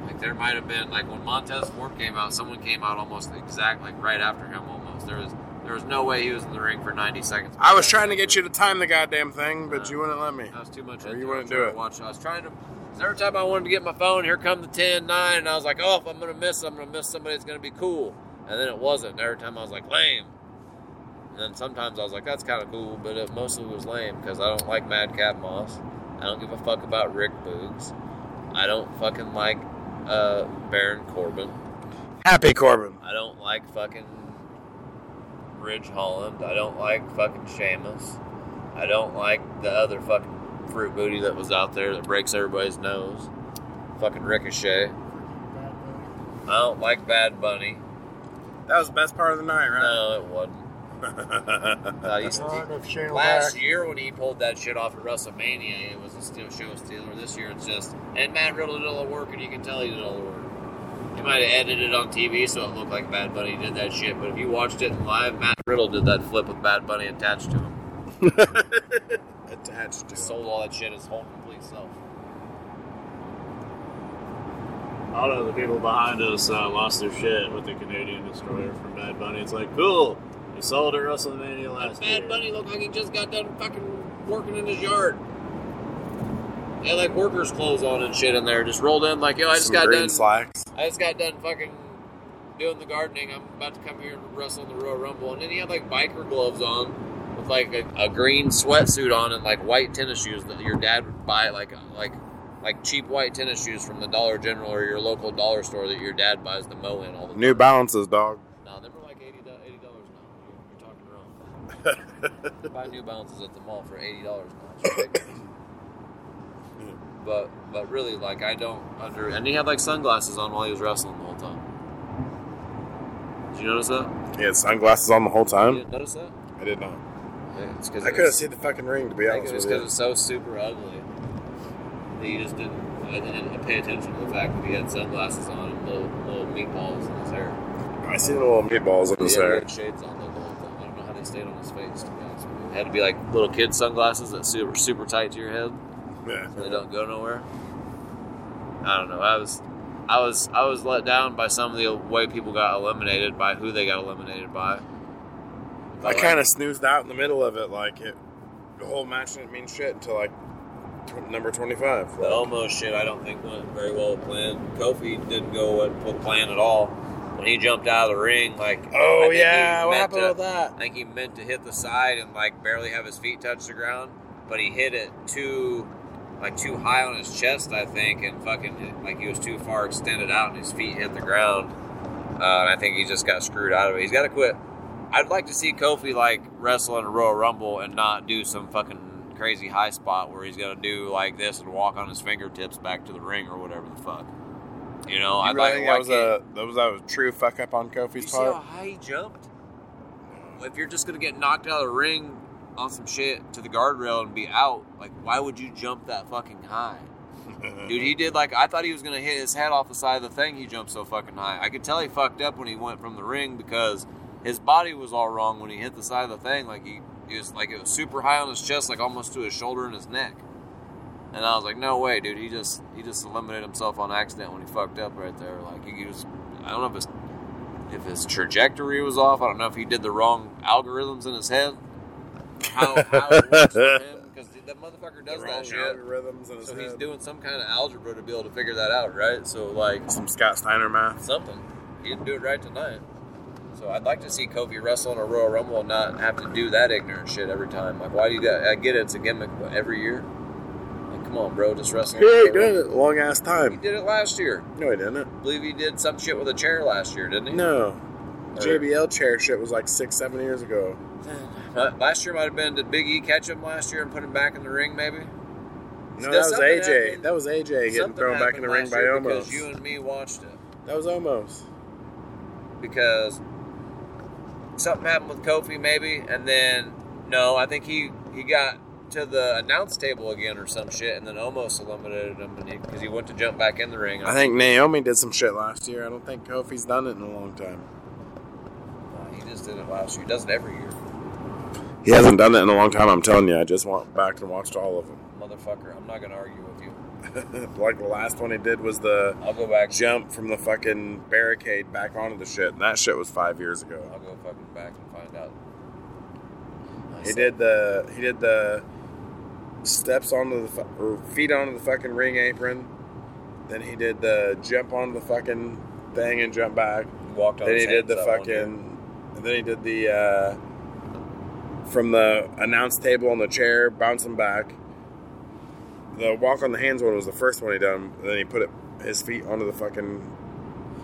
[SPEAKER 2] Like there might have been like when Montez Ford came out, someone came out almost exact like right after him almost. There was there was no way he was in the ring for 90 seconds.
[SPEAKER 1] I was trying to get you to time the goddamn thing, but you wouldn't let me.
[SPEAKER 2] I was too much.
[SPEAKER 1] Or
[SPEAKER 2] into
[SPEAKER 1] you
[SPEAKER 2] it.
[SPEAKER 1] wouldn't
[SPEAKER 2] I was
[SPEAKER 1] do
[SPEAKER 2] trying to
[SPEAKER 1] it.
[SPEAKER 2] Watch. I was trying to. 'cause Every time I wanted to get my phone, here come the 10, 9, and I was like, oh, if I'm gonna miss, I'm gonna miss somebody. It's gonna be cool. And then it wasn't. And every time I was like, lame. And then sometimes I was like, that's kind of cool, but it mostly was lame because I don't like Madcap Moss. I don't give a fuck about Rick Boogs. I don't fucking like uh, Baron Corbin.
[SPEAKER 1] Happy Corbin.
[SPEAKER 2] I don't like fucking Ridge Holland. I don't like fucking Sheamus. I don't like the other fucking fruit booty that was out there that breaks everybody's nose. Fucking Ricochet. I don't like Bad Bunny.
[SPEAKER 1] That was the best part of the night, right?
[SPEAKER 2] No, it wasn't.
[SPEAKER 1] [laughs]
[SPEAKER 2] I used
[SPEAKER 4] Not
[SPEAKER 2] to,
[SPEAKER 4] enough Shane
[SPEAKER 2] last
[SPEAKER 4] Black.
[SPEAKER 2] year when he pulled that shit off at WrestleMania, it was a still show stealer. This year it's just and Matt Riddle did all the work, and you can tell he did all the work. He might have edited it on TV so it looked like Bad Bunny did that shit, but if you watched it live, Matt Riddle did that flip with Bad Bunny attached to him.
[SPEAKER 6] Attached to.
[SPEAKER 2] Sold all that shit his whole complete self.
[SPEAKER 3] A lot of the people behind us uh, lost their shit with the Canadian destroyer from Bad Bunny. It's like, cool. You saw it at WrestleMania last year.
[SPEAKER 2] Bad Bunny looked like he just got done fucking working in his yard. They had like workers' clothes on and shit in there. Just rolled in like, yo, I just
[SPEAKER 6] Some
[SPEAKER 2] got
[SPEAKER 6] green
[SPEAKER 2] done.
[SPEAKER 6] slacks.
[SPEAKER 2] I just got done fucking doing the gardening. I'm about to come here and wrestle in the Royal Rumble. And then he had like biker gloves on with like a, a green sweatsuit on and like white tennis shoes that your dad would buy like uh, like like cheap white tennis shoes from the Dollar General or your local dollar store that your dad buys the mo in all the time.
[SPEAKER 1] New Balances, dog.
[SPEAKER 2] No, they were like $80 dollars now. You're, you're talking
[SPEAKER 1] [laughs]
[SPEAKER 2] wrong. Buy New Balances at the mall for $80 now. It's ridiculous. but but really, like I don't under. And he had like sunglasses on while he was wrestling the whole time. Did you notice that?
[SPEAKER 1] He had sunglasses on the whole
[SPEAKER 2] You
[SPEAKER 1] time.
[SPEAKER 2] didn't notice that?
[SPEAKER 1] I did not.
[SPEAKER 2] Yeah, it's because
[SPEAKER 1] I could have seen the fucking ring, to be
[SPEAKER 2] I think
[SPEAKER 1] honest
[SPEAKER 2] it was
[SPEAKER 1] with
[SPEAKER 2] because
[SPEAKER 1] you.
[SPEAKER 2] it's so super ugly that you just didn't, I didn't pay attention to the fact that he had sunglasses on and little little meatballs in his hair.
[SPEAKER 1] I seen the little meatballs in his
[SPEAKER 2] Yeah, he
[SPEAKER 1] hair.
[SPEAKER 2] had shades on like the whole time. I don't know how they stayed on his face. To be honest with you. It had to be like little kid sunglasses that super super tight to your head.
[SPEAKER 6] Yeah.
[SPEAKER 2] They don't go nowhere. I don't know. I was, I was, I was let down by some of the way people got eliminated by who they got eliminated by.
[SPEAKER 1] I kind of snoozed out in the middle of it, like it. The whole match didn't mean shit until like tw- number twenty-five.
[SPEAKER 2] The Elmo shit, I don't think went very well planned. Kofi didn't go with with plan at all. When he jumped out of the ring, like I
[SPEAKER 1] Oh
[SPEAKER 2] think he
[SPEAKER 1] yeah, what
[SPEAKER 2] meant
[SPEAKER 1] happened
[SPEAKER 2] to-
[SPEAKER 1] with that?
[SPEAKER 2] I think he meant to hit the side and like barely have his feet touch the ground, but he hit it too, like too high on his chest, I think, and fucking like he was too far extended out and his feet hit the ground. Uh, and I think he just got screwed out of it. He's got to quit. I'd like to see Kofi like wrestle in a Royal Rumble and not do some fucking crazy high spot where he's gonna do like this and walk on his fingertips back to the ring or whatever the fuck. You know,
[SPEAKER 1] I
[SPEAKER 2] I'd
[SPEAKER 1] really
[SPEAKER 2] like
[SPEAKER 1] think
[SPEAKER 2] why
[SPEAKER 1] that was
[SPEAKER 2] can't-
[SPEAKER 1] a that was a true fuck up on
[SPEAKER 2] you
[SPEAKER 1] Kofi's
[SPEAKER 2] see how
[SPEAKER 1] part.
[SPEAKER 2] high he jumped? If you're just gonna get knocked out of the ring on some shit to the guardrail and be out, like why would you jump that fucking high?
[SPEAKER 1] [laughs]
[SPEAKER 2] Dude, he did like I thought he was gonna hit his head off the side of the thing. He jumped so fucking high. I could tell he fucked up when he went from the ring because his body was all wrong when he hit the side of the thing. Like he, he was like it was super high on his chest, like almost to his shoulder and his neck. And I was like, no way, dude. He just he just eliminated himself on accident when he fucked up right there. Like he, he was, I don't know if his if his trajectory was off. I don't know if he did the wrong algorithms in his head. How, how it works for him because that motherfucker does
[SPEAKER 1] wrong
[SPEAKER 2] that shit.
[SPEAKER 1] algorithms in his
[SPEAKER 2] So he's
[SPEAKER 1] head.
[SPEAKER 2] doing some kind of algebra to be able to figure that out, right? So like
[SPEAKER 1] some Scott Steiner math.
[SPEAKER 2] something. He didn't do it right tonight. So I'd like to see Kofi wrestle in a Royal Rumble and not have to do that ignorant shit every time. Like, why do you got? I get it, it's a gimmick, but every year, like, come on, bro, just wrestle. in a
[SPEAKER 1] He ain't
[SPEAKER 2] Royal
[SPEAKER 1] done
[SPEAKER 2] Rumble.
[SPEAKER 1] it a long ass
[SPEAKER 2] He
[SPEAKER 1] time.
[SPEAKER 2] did it last year.
[SPEAKER 1] No, he didn't.
[SPEAKER 2] I believe he did some shit with a chair last year, didn't he?
[SPEAKER 1] No.
[SPEAKER 2] Or-
[SPEAKER 1] JBL chair shit was like six, seven years ago.
[SPEAKER 2] Uh, Last year might have been did Big E catch him last year and put him back in the ring, maybe?
[SPEAKER 1] No,
[SPEAKER 2] Still
[SPEAKER 1] that was
[SPEAKER 2] something
[SPEAKER 1] AJ.
[SPEAKER 2] happened.
[SPEAKER 1] That was AJ getting
[SPEAKER 2] Something
[SPEAKER 1] thrown back in
[SPEAKER 2] happened
[SPEAKER 1] the ring
[SPEAKER 2] last
[SPEAKER 1] by
[SPEAKER 2] year
[SPEAKER 1] Omos.
[SPEAKER 2] Because you and me watched it.
[SPEAKER 1] That was Omos.
[SPEAKER 2] Because something happened with Kofi, maybe, and then no, I think he he got to the announce table again or some shit, and then almost eliminated him because he, went to jump back in the ring.
[SPEAKER 1] I think Naomi did some shit last year. I don't think Kofi's done it in a long time.
[SPEAKER 2] Uh, he just did it last year. He does it every year,
[SPEAKER 1] He hasn't done it in a long time. I'm telling you. I just went back and watched all of them. [laughs]
[SPEAKER 2] motherfucker. I'm not gonna argue with you.
[SPEAKER 1] like the last one he did was the
[SPEAKER 2] I'll go back.
[SPEAKER 1] jump from the fucking barricade back onto the shit, and that shit was five years ago.
[SPEAKER 2] I'll go fucking back and find out.
[SPEAKER 1] He did the he did the steps onto the fu- or feet onto the fucking ring apron. Then he did the jump onto the fucking thing and jump back.
[SPEAKER 2] Walked on.
[SPEAKER 1] Then
[SPEAKER 2] his
[SPEAKER 1] he did
[SPEAKER 2] hands
[SPEAKER 1] the
[SPEAKER 2] that one year.
[SPEAKER 1] fucking. And then he did the uh, from the announce table on the chair, bouncing back. The walk on the hands one was the first one he done. And then he put it, his feet onto the fucking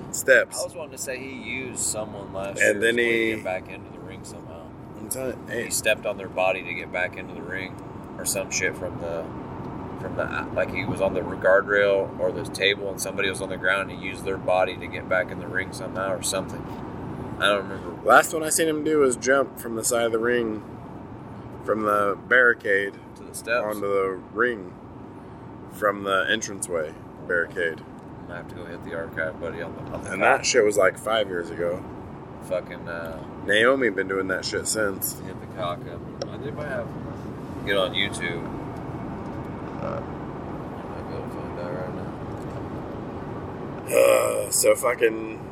[SPEAKER 2] I
[SPEAKER 1] steps.
[SPEAKER 2] was wanting to say he used someone last year
[SPEAKER 1] And then
[SPEAKER 2] as a way
[SPEAKER 1] he-
[SPEAKER 2] to get back into the ring somehow.
[SPEAKER 1] I'm telling you, hey,
[SPEAKER 2] He stepped on their body to get back into the ring, or some shit from the from the like he was on the guardrail or the table, and somebody was on the ground and he used their body to get back in the ring somehow or something. I don't remember.
[SPEAKER 1] last one I seen him do was jump from the side of the ring, from the barricade
[SPEAKER 2] To the steps,
[SPEAKER 1] onto the ring, from the entranceway barricade.
[SPEAKER 2] I'm gonna have to go hit the archive, buddy. On the, on the
[SPEAKER 1] And that shit was like five years ago.
[SPEAKER 2] fucking uh,
[SPEAKER 1] Naomi been doing that shit since.
[SPEAKER 2] hit the cock up. I think I have get on YouTube. I'm not gonna find out right now.
[SPEAKER 1] Uh, so fucking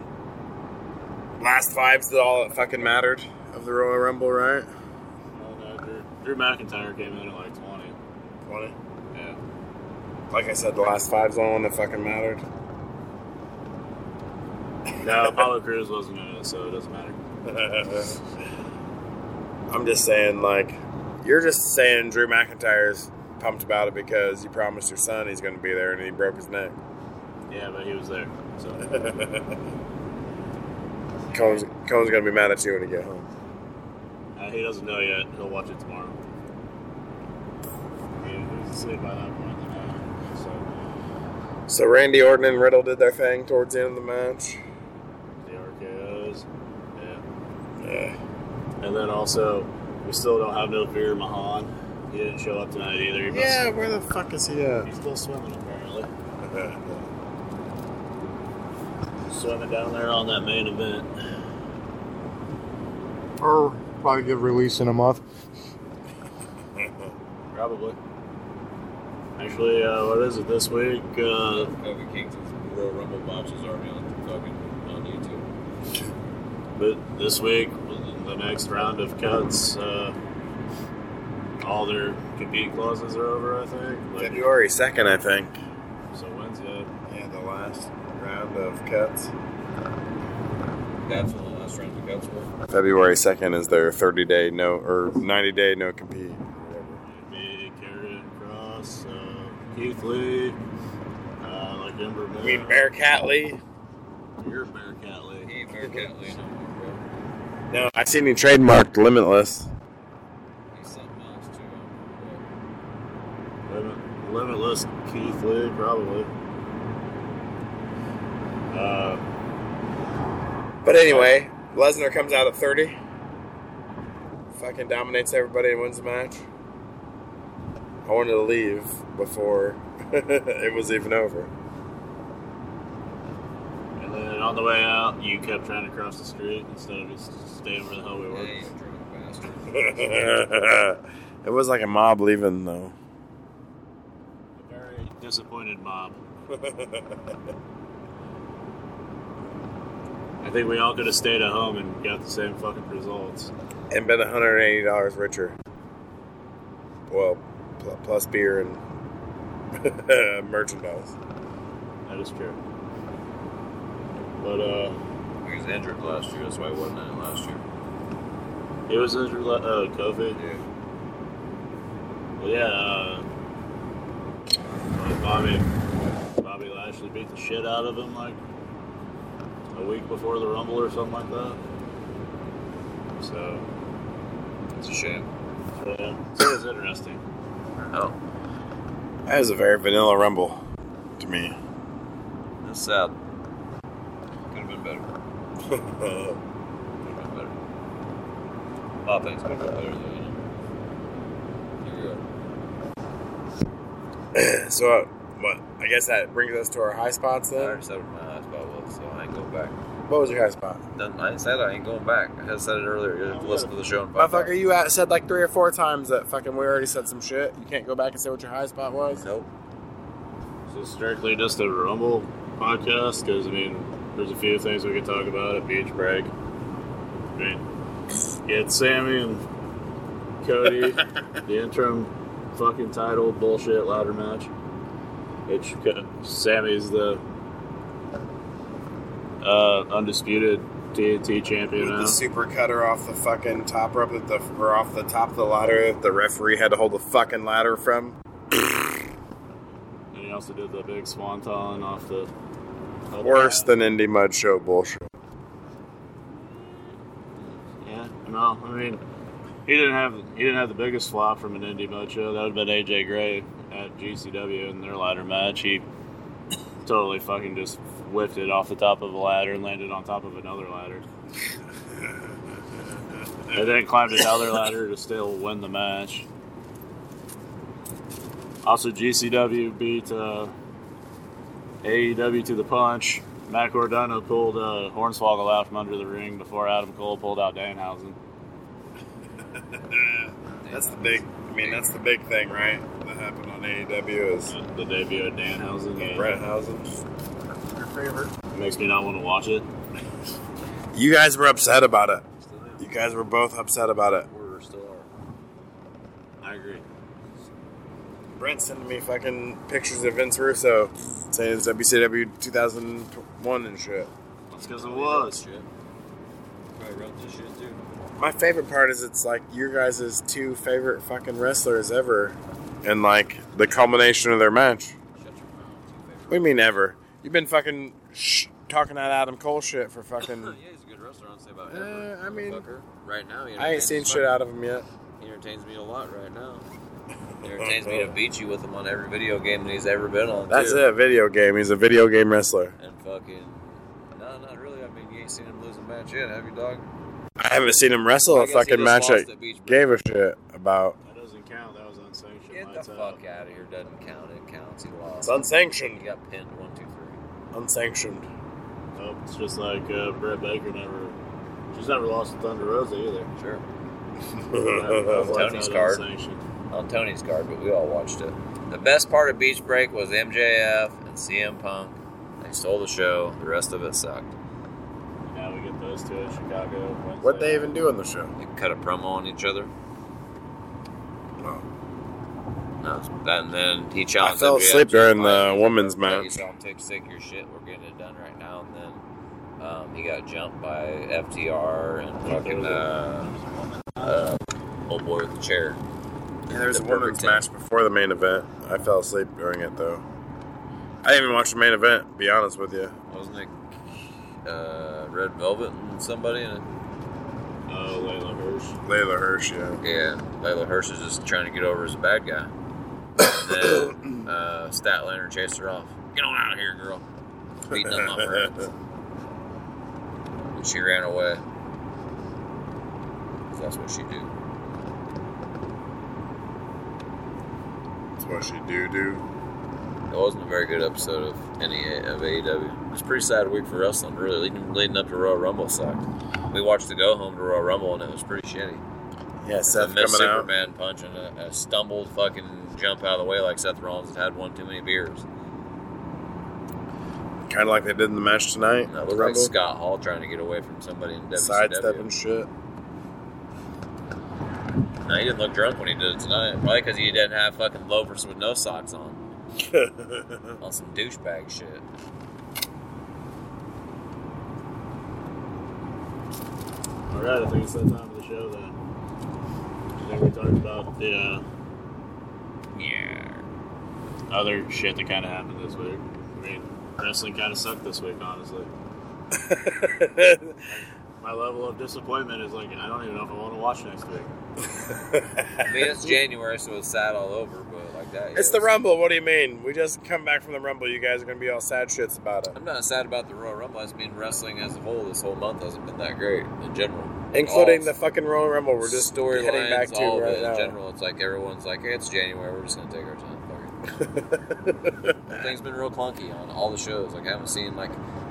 [SPEAKER 1] last vibes that all that fucking mattered of the Royal Rumble, right?
[SPEAKER 3] No, no, uh, Drew, Drew McIntyre came in at like 20.
[SPEAKER 1] Twenty.
[SPEAKER 3] Yeah.
[SPEAKER 1] Like I said, the last five's the only one that fucking mattered.
[SPEAKER 3] No, Apollo Cruz wasn't in it, so it doesn't matter.
[SPEAKER 1] [laughs] I'm just saying, like, you're just saying Drew McIntyre's pumped about it because you promised your son he's going to be there and he broke his [laughs] neck.
[SPEAKER 3] Yeah, but he was there. So
[SPEAKER 1] Cohen's, Cohen's going to be mad at you when you get home.
[SPEAKER 3] uh, he doesn't know yet. He'll watch it tomorrow. He was asleep by that point. uh, So
[SPEAKER 1] So Randy Orton and Riddle did their thing towards the end of the match.
[SPEAKER 3] the RKO's. Yeah.
[SPEAKER 1] Yeah. [laughs]
[SPEAKER 3] And then also, we still don't have no Veer Mahan. He didn't show up tonight either. He must-
[SPEAKER 1] where the fuck is he at?
[SPEAKER 3] He's still swimming apparently. Swimming down there on that main event.
[SPEAKER 4] Or probably get released in a month.
[SPEAKER 3] Probably. Actually, uh, what is it this week? Uh,
[SPEAKER 2] Kobe Kingston's Royal Rumble botch is already on fucking on YouTube.
[SPEAKER 3] but this week, the next round of cuts, uh, all their compete clauses are over. I think. Like,
[SPEAKER 1] February 2nd, I think.
[SPEAKER 3] so Wednesday.
[SPEAKER 1] Yeah, the last round of cuts.
[SPEAKER 2] That's when the last round of cuts were.
[SPEAKER 1] February 2nd is their 30 day no, or 90 day no compete.
[SPEAKER 3] It'd be Karrion Cross, uh, Keith Lee, uh, like Ember. Moon.
[SPEAKER 1] Bearcat Lee?
[SPEAKER 3] You're Bearcat Lee.
[SPEAKER 2] He ain't very Catley no more,
[SPEAKER 1] No, I seen he trademarked Limitless.
[SPEAKER 2] bro. He's something else too. I
[SPEAKER 3] Limit, limitless Keith Lee, probably. Uh,
[SPEAKER 1] But anyway, Lesnar comes out at 30. Fucking dominates everybody and wins the match. I wanted to leave before [laughs] it was even over.
[SPEAKER 3] And then on the way out, you kept trying to cross the street instead of just staying where the hell we
[SPEAKER 2] don't know.
[SPEAKER 3] were.
[SPEAKER 2] Hey, you drunk bastard.
[SPEAKER 1] [laughs] it was like a mob leaving, [laughs] though.
[SPEAKER 3] A very disappointed mob. I think we all could have stayed at home and got the same fucking results.
[SPEAKER 1] and been $180 richer. Well, pl- plus beer and [laughs] merchandise.
[SPEAKER 3] That is true. But uh,
[SPEAKER 2] He was injured last year. That's why he wasn't in it last year.
[SPEAKER 3] it was injured. le- Uh, COVID.
[SPEAKER 2] Yeah.
[SPEAKER 3] Well, yeah. Uh, Bobby, Bobby Lashley beat the shit out of him like a week before the Rumble or something like that. So
[SPEAKER 2] It's a shame.
[SPEAKER 3] yeah, so it was interesting.
[SPEAKER 2] Oh,
[SPEAKER 1] That is a very vanilla rumble to me. [laughs]
[SPEAKER 2] that's sad. Could have been better. Could have been better. A lot of things could have been better than it. Here we are.
[SPEAKER 1] so, uh, what? I guess that brings us to our high spots
[SPEAKER 2] I
[SPEAKER 1] then.
[SPEAKER 2] already said what my last spot was, so I ain't going back.
[SPEAKER 1] What was your high spot?
[SPEAKER 2] Done- I ain't said I ain't going back. I had said it earlier. You have to listen to the show and find out.
[SPEAKER 1] Motherfucker, you at, said like three or four times that fucking we already said some shit. You can't go back and say what your high spot was.
[SPEAKER 2] Nope.
[SPEAKER 3] Is this strictly just a Rumble podcast? Because, I mean, there's a few things we could talk about at Beach Break. I mean, get Sammy and Cody,
[SPEAKER 1] [laughs]
[SPEAKER 3] the interim fucking title bullshit ladder match. It's Sammy's the uh, undisputed TNT champion
[SPEAKER 1] With
[SPEAKER 3] now.
[SPEAKER 1] the super cutter off the fucking top rope that the or off the top of the ladder that the referee had to hold the fucking ladder from.
[SPEAKER 3] And he also did the big swanton off the.
[SPEAKER 1] Worse than Indy Mud Show bullshit.
[SPEAKER 3] Yeah, no, I mean, he didn't have he didn't have the biggest flop from an indie mud show. That would have been AJ Gray at GCW in their ladder match. He totally fucking just whipped it off the top of a ladder and landed on top of another ladder, and then climbed another ladder to still win the match. Also, GCW beat uh, AEW to the punch. Matt Cordano pulled uh, Hornswoggle out from under the ring before Adam Cole pulled out Danhausen.
[SPEAKER 1] That's the big. I mean, that's the big thing, right? That happened on AEW is
[SPEAKER 3] The debut at Danhausen. Yeah.
[SPEAKER 1] Brenthausen. Your favorite.
[SPEAKER 3] Makes me not want to watch it.
[SPEAKER 1] You guys were upset about it.
[SPEAKER 2] Still
[SPEAKER 1] You guys were both upset about it.
[SPEAKER 2] We're still are.
[SPEAKER 3] I agree.
[SPEAKER 1] Brent sending me fucking pictures of Vince Russo saying it's WCW 2001 and shit.
[SPEAKER 3] That's because it
[SPEAKER 2] This
[SPEAKER 3] was.
[SPEAKER 2] shit. Probably runs this shit too.
[SPEAKER 1] My favorite part is it's like your guys' two favorite fucking wrestlers ever and like the culmination of their match.
[SPEAKER 2] Shut your mouth.
[SPEAKER 1] We mean ever. You've been fucking sh- talking that Adam Cole shit for
[SPEAKER 2] Two
[SPEAKER 1] fucking.
[SPEAKER 2] favorite. yeah, he's a good wrestler. I don't say about
[SPEAKER 1] Uh,
[SPEAKER 2] ever.
[SPEAKER 1] I mean-
[SPEAKER 2] Fucker. right now, he
[SPEAKER 1] I ain't
[SPEAKER 2] entertains
[SPEAKER 1] seen
[SPEAKER 2] the
[SPEAKER 1] shit
[SPEAKER 2] fuck-
[SPEAKER 1] out of him yet.
[SPEAKER 2] He entertains me a lot right [laughs] now. He entertains me to beat you with him on every video game that he's ever been on.
[SPEAKER 1] That's
[SPEAKER 2] too.
[SPEAKER 1] it, video game. He's a video game wrestler.
[SPEAKER 2] And fucking, no, not really. I mean, you ain't seen him lose a match yet, have you, dog?
[SPEAKER 1] I haven't seen him wrestle
[SPEAKER 2] I
[SPEAKER 1] a
[SPEAKER 2] guess he just
[SPEAKER 1] fucking match
[SPEAKER 2] lost
[SPEAKER 1] I
[SPEAKER 2] at Beach Break.
[SPEAKER 1] gave a shit about.
[SPEAKER 3] That doesn't count. That was unsanctioned.
[SPEAKER 2] Get the
[SPEAKER 3] uh,
[SPEAKER 2] fuck out of here. Doesn't count. It counts. He lost. He
[SPEAKER 1] unsanctioned.
[SPEAKER 2] got pinned. One, two, three.
[SPEAKER 1] Unsanctioned. [laughs]
[SPEAKER 3] Nope. It's just like uh, Brett Baker never. She's never lost to Thunder Rosa [laughs] either.
[SPEAKER 2] Sure.
[SPEAKER 3] That's why it's
[SPEAKER 2] Tony's
[SPEAKER 3] not
[SPEAKER 2] card.
[SPEAKER 3] unsanctioned.
[SPEAKER 2] on Tony's card, but we all watched it. The best part of Beach Break was MJF and CM Punk. They stole the show. The rest of it sucked.
[SPEAKER 3] Now we get those two in Chicago. Wednesday
[SPEAKER 1] What they
[SPEAKER 3] night.
[SPEAKER 1] even do in the show?
[SPEAKER 2] They cut a promo on each other.
[SPEAKER 1] No.
[SPEAKER 2] No, and then he
[SPEAKER 1] I
[SPEAKER 2] challenged.
[SPEAKER 1] fell
[SPEAKER 2] MJF
[SPEAKER 1] asleep
[SPEAKER 2] to a
[SPEAKER 1] during the
[SPEAKER 2] fight.
[SPEAKER 1] women's
[SPEAKER 2] Yeah, He
[SPEAKER 1] match.
[SPEAKER 2] told him, "Take sick your shit. We're getting it done right now." And then um, he got jumped by FTR and fucking uh, uh, old boy with the chair.
[SPEAKER 1] Yeah, there was a
[SPEAKER 2] The perfect
[SPEAKER 1] women's
[SPEAKER 2] team.
[SPEAKER 1] match before the main event. I fell asleep during it though. I didn't even watch the main event. to Be honest with you.
[SPEAKER 2] Wasn't it uh, Red Velvet and somebody in it?
[SPEAKER 3] Oh, Layla Hirsch.
[SPEAKER 1] Layla Hirsch, yeah.
[SPEAKER 2] Yeah, Layla Hirsch is just trying to get over as a bad guy.
[SPEAKER 1] [coughs]
[SPEAKER 2] And then uh, Statlander chased her off. Get on out of here, girl.
[SPEAKER 1] [laughs]
[SPEAKER 2] Beating up my friends. And she ran away. 'Cause that's what she do.
[SPEAKER 1] That's what she do do.
[SPEAKER 2] It wasn't a very good episode of any of AEW. It was a pretty sad week for wrestling, really. Leading, leading up to Royal Rumble sucked. We watched the go home to Royal Rumble, and it was pretty shitty.
[SPEAKER 1] Yeah, Seth
[SPEAKER 2] I missed
[SPEAKER 1] coming out.
[SPEAKER 2] Superman punch and a, a stumbled fucking jump out of the way like Seth Rollins had had one too many beers.
[SPEAKER 1] Kind of like they did in the match tonight.
[SPEAKER 2] And
[SPEAKER 1] the
[SPEAKER 2] that looked like
[SPEAKER 1] Rumble.
[SPEAKER 2] Scott Hall trying to get away from somebody in WCW.
[SPEAKER 1] Sidestepping shit.
[SPEAKER 2] No, he didn't look drunk when he did it tonight. Probably because he didn't have fucking loafers with no
[SPEAKER 1] [laughs]
[SPEAKER 2] socks on. on some douchebag shit.
[SPEAKER 3] All right, I think it's that time of the show then. Then we talked about the uh,
[SPEAKER 2] Yeah.
[SPEAKER 3] other shit that kind of happened this week. I mean, wrestling kind of sucked this week, honestly. My level of disappointment is like I don't even know if I want to watch next week.
[SPEAKER 2] I mean, it's January, so it's sad all over, but like that.
[SPEAKER 1] [laughs]
[SPEAKER 2] yeah,
[SPEAKER 1] It's the Rumble. What do you mean? We just come back from the Rumble. You guys are gonna be all sad shits about it,
[SPEAKER 2] I'm not sad about the Royal Rumble. I just mean wrestling as a whole this whole month hasn't been that great in general.
[SPEAKER 1] including
[SPEAKER 2] All
[SPEAKER 1] the fucking Royal Rumble. We're just heading back
[SPEAKER 2] storylines,
[SPEAKER 1] to
[SPEAKER 2] all of it
[SPEAKER 1] right
[SPEAKER 2] in
[SPEAKER 1] now.
[SPEAKER 2] general. It's like everyone's like, hey, it's January. We're just gonna take our time.
[SPEAKER 1] [laughs]
[SPEAKER 2] Fuck it. Things been real clunky on all the shows. Like I haven't seen like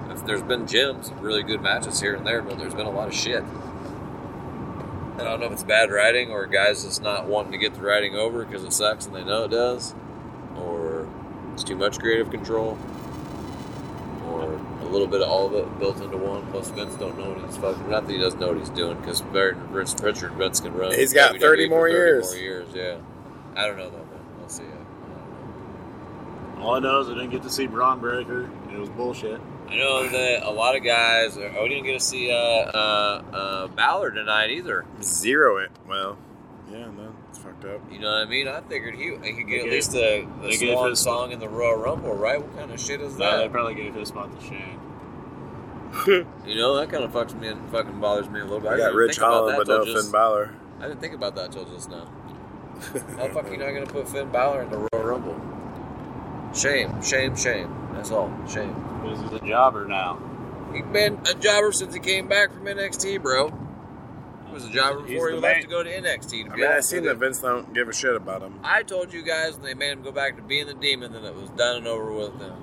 [SPEAKER 2] if there's been gems, really good matches here and there, but there's been a lot of shit. And I don't know if it's bad writing or guys just not wanting to get the writing over because it sucks and they know it does, or it's too much creative control, or a little bit of all of it built into one. Plus Vince don't know what he's fucking. Not that he doesn't know what he's doing because Vince Pritchard Vince can run.
[SPEAKER 1] He's got
[SPEAKER 2] WWE
[SPEAKER 1] 30
[SPEAKER 2] for
[SPEAKER 1] more years.
[SPEAKER 2] More years, yeah. I don't know though, man. We'll see. I don't
[SPEAKER 3] All I know is I didn't get to see Braun Breaker, and it was bullshit.
[SPEAKER 2] know. I know that a lot of guys are. Are we gonna get to see uh, uh, uh, Ballard tonight either?
[SPEAKER 1] Zero it. Well, yeah, no, it's fucked up.
[SPEAKER 2] You know what I mean? I figured he, he could get
[SPEAKER 3] They
[SPEAKER 2] at
[SPEAKER 3] gave-
[SPEAKER 2] least a, a
[SPEAKER 3] they gave
[SPEAKER 2] swan
[SPEAKER 3] his-
[SPEAKER 2] song in the Royal Rumble, right? What kind of shit is
[SPEAKER 3] Uh, they
[SPEAKER 2] that?
[SPEAKER 3] probably gave his spot to Shane.
[SPEAKER 2] You know, that kind of fucks me and fucking bothers me a little bit.
[SPEAKER 1] I got
[SPEAKER 2] didn't
[SPEAKER 1] Rich
[SPEAKER 2] think about
[SPEAKER 1] Holland,
[SPEAKER 2] that
[SPEAKER 1] but
[SPEAKER 2] till
[SPEAKER 1] no
[SPEAKER 2] just-
[SPEAKER 1] Finn Balor.
[SPEAKER 2] I didn't think about that till just now. [laughs] How the fuck are you not gonna put Finn Balor in the Royal Rumble? Shame, shame, shame. That's all. Shame.
[SPEAKER 3] This is a jobber now.
[SPEAKER 2] He's been a jobber since he came back from NXT, bro. He was a jobber
[SPEAKER 3] He's
[SPEAKER 2] before he
[SPEAKER 3] the
[SPEAKER 2] left
[SPEAKER 3] man.
[SPEAKER 2] to go to NXT. To
[SPEAKER 1] I
[SPEAKER 2] be
[SPEAKER 1] mean, I
[SPEAKER 2] honest
[SPEAKER 1] seen
[SPEAKER 2] with
[SPEAKER 1] that
[SPEAKER 2] you.
[SPEAKER 1] Vince don't give a shit about him.
[SPEAKER 2] I told you guys when they made him go back to being the demon that it was done and over with then.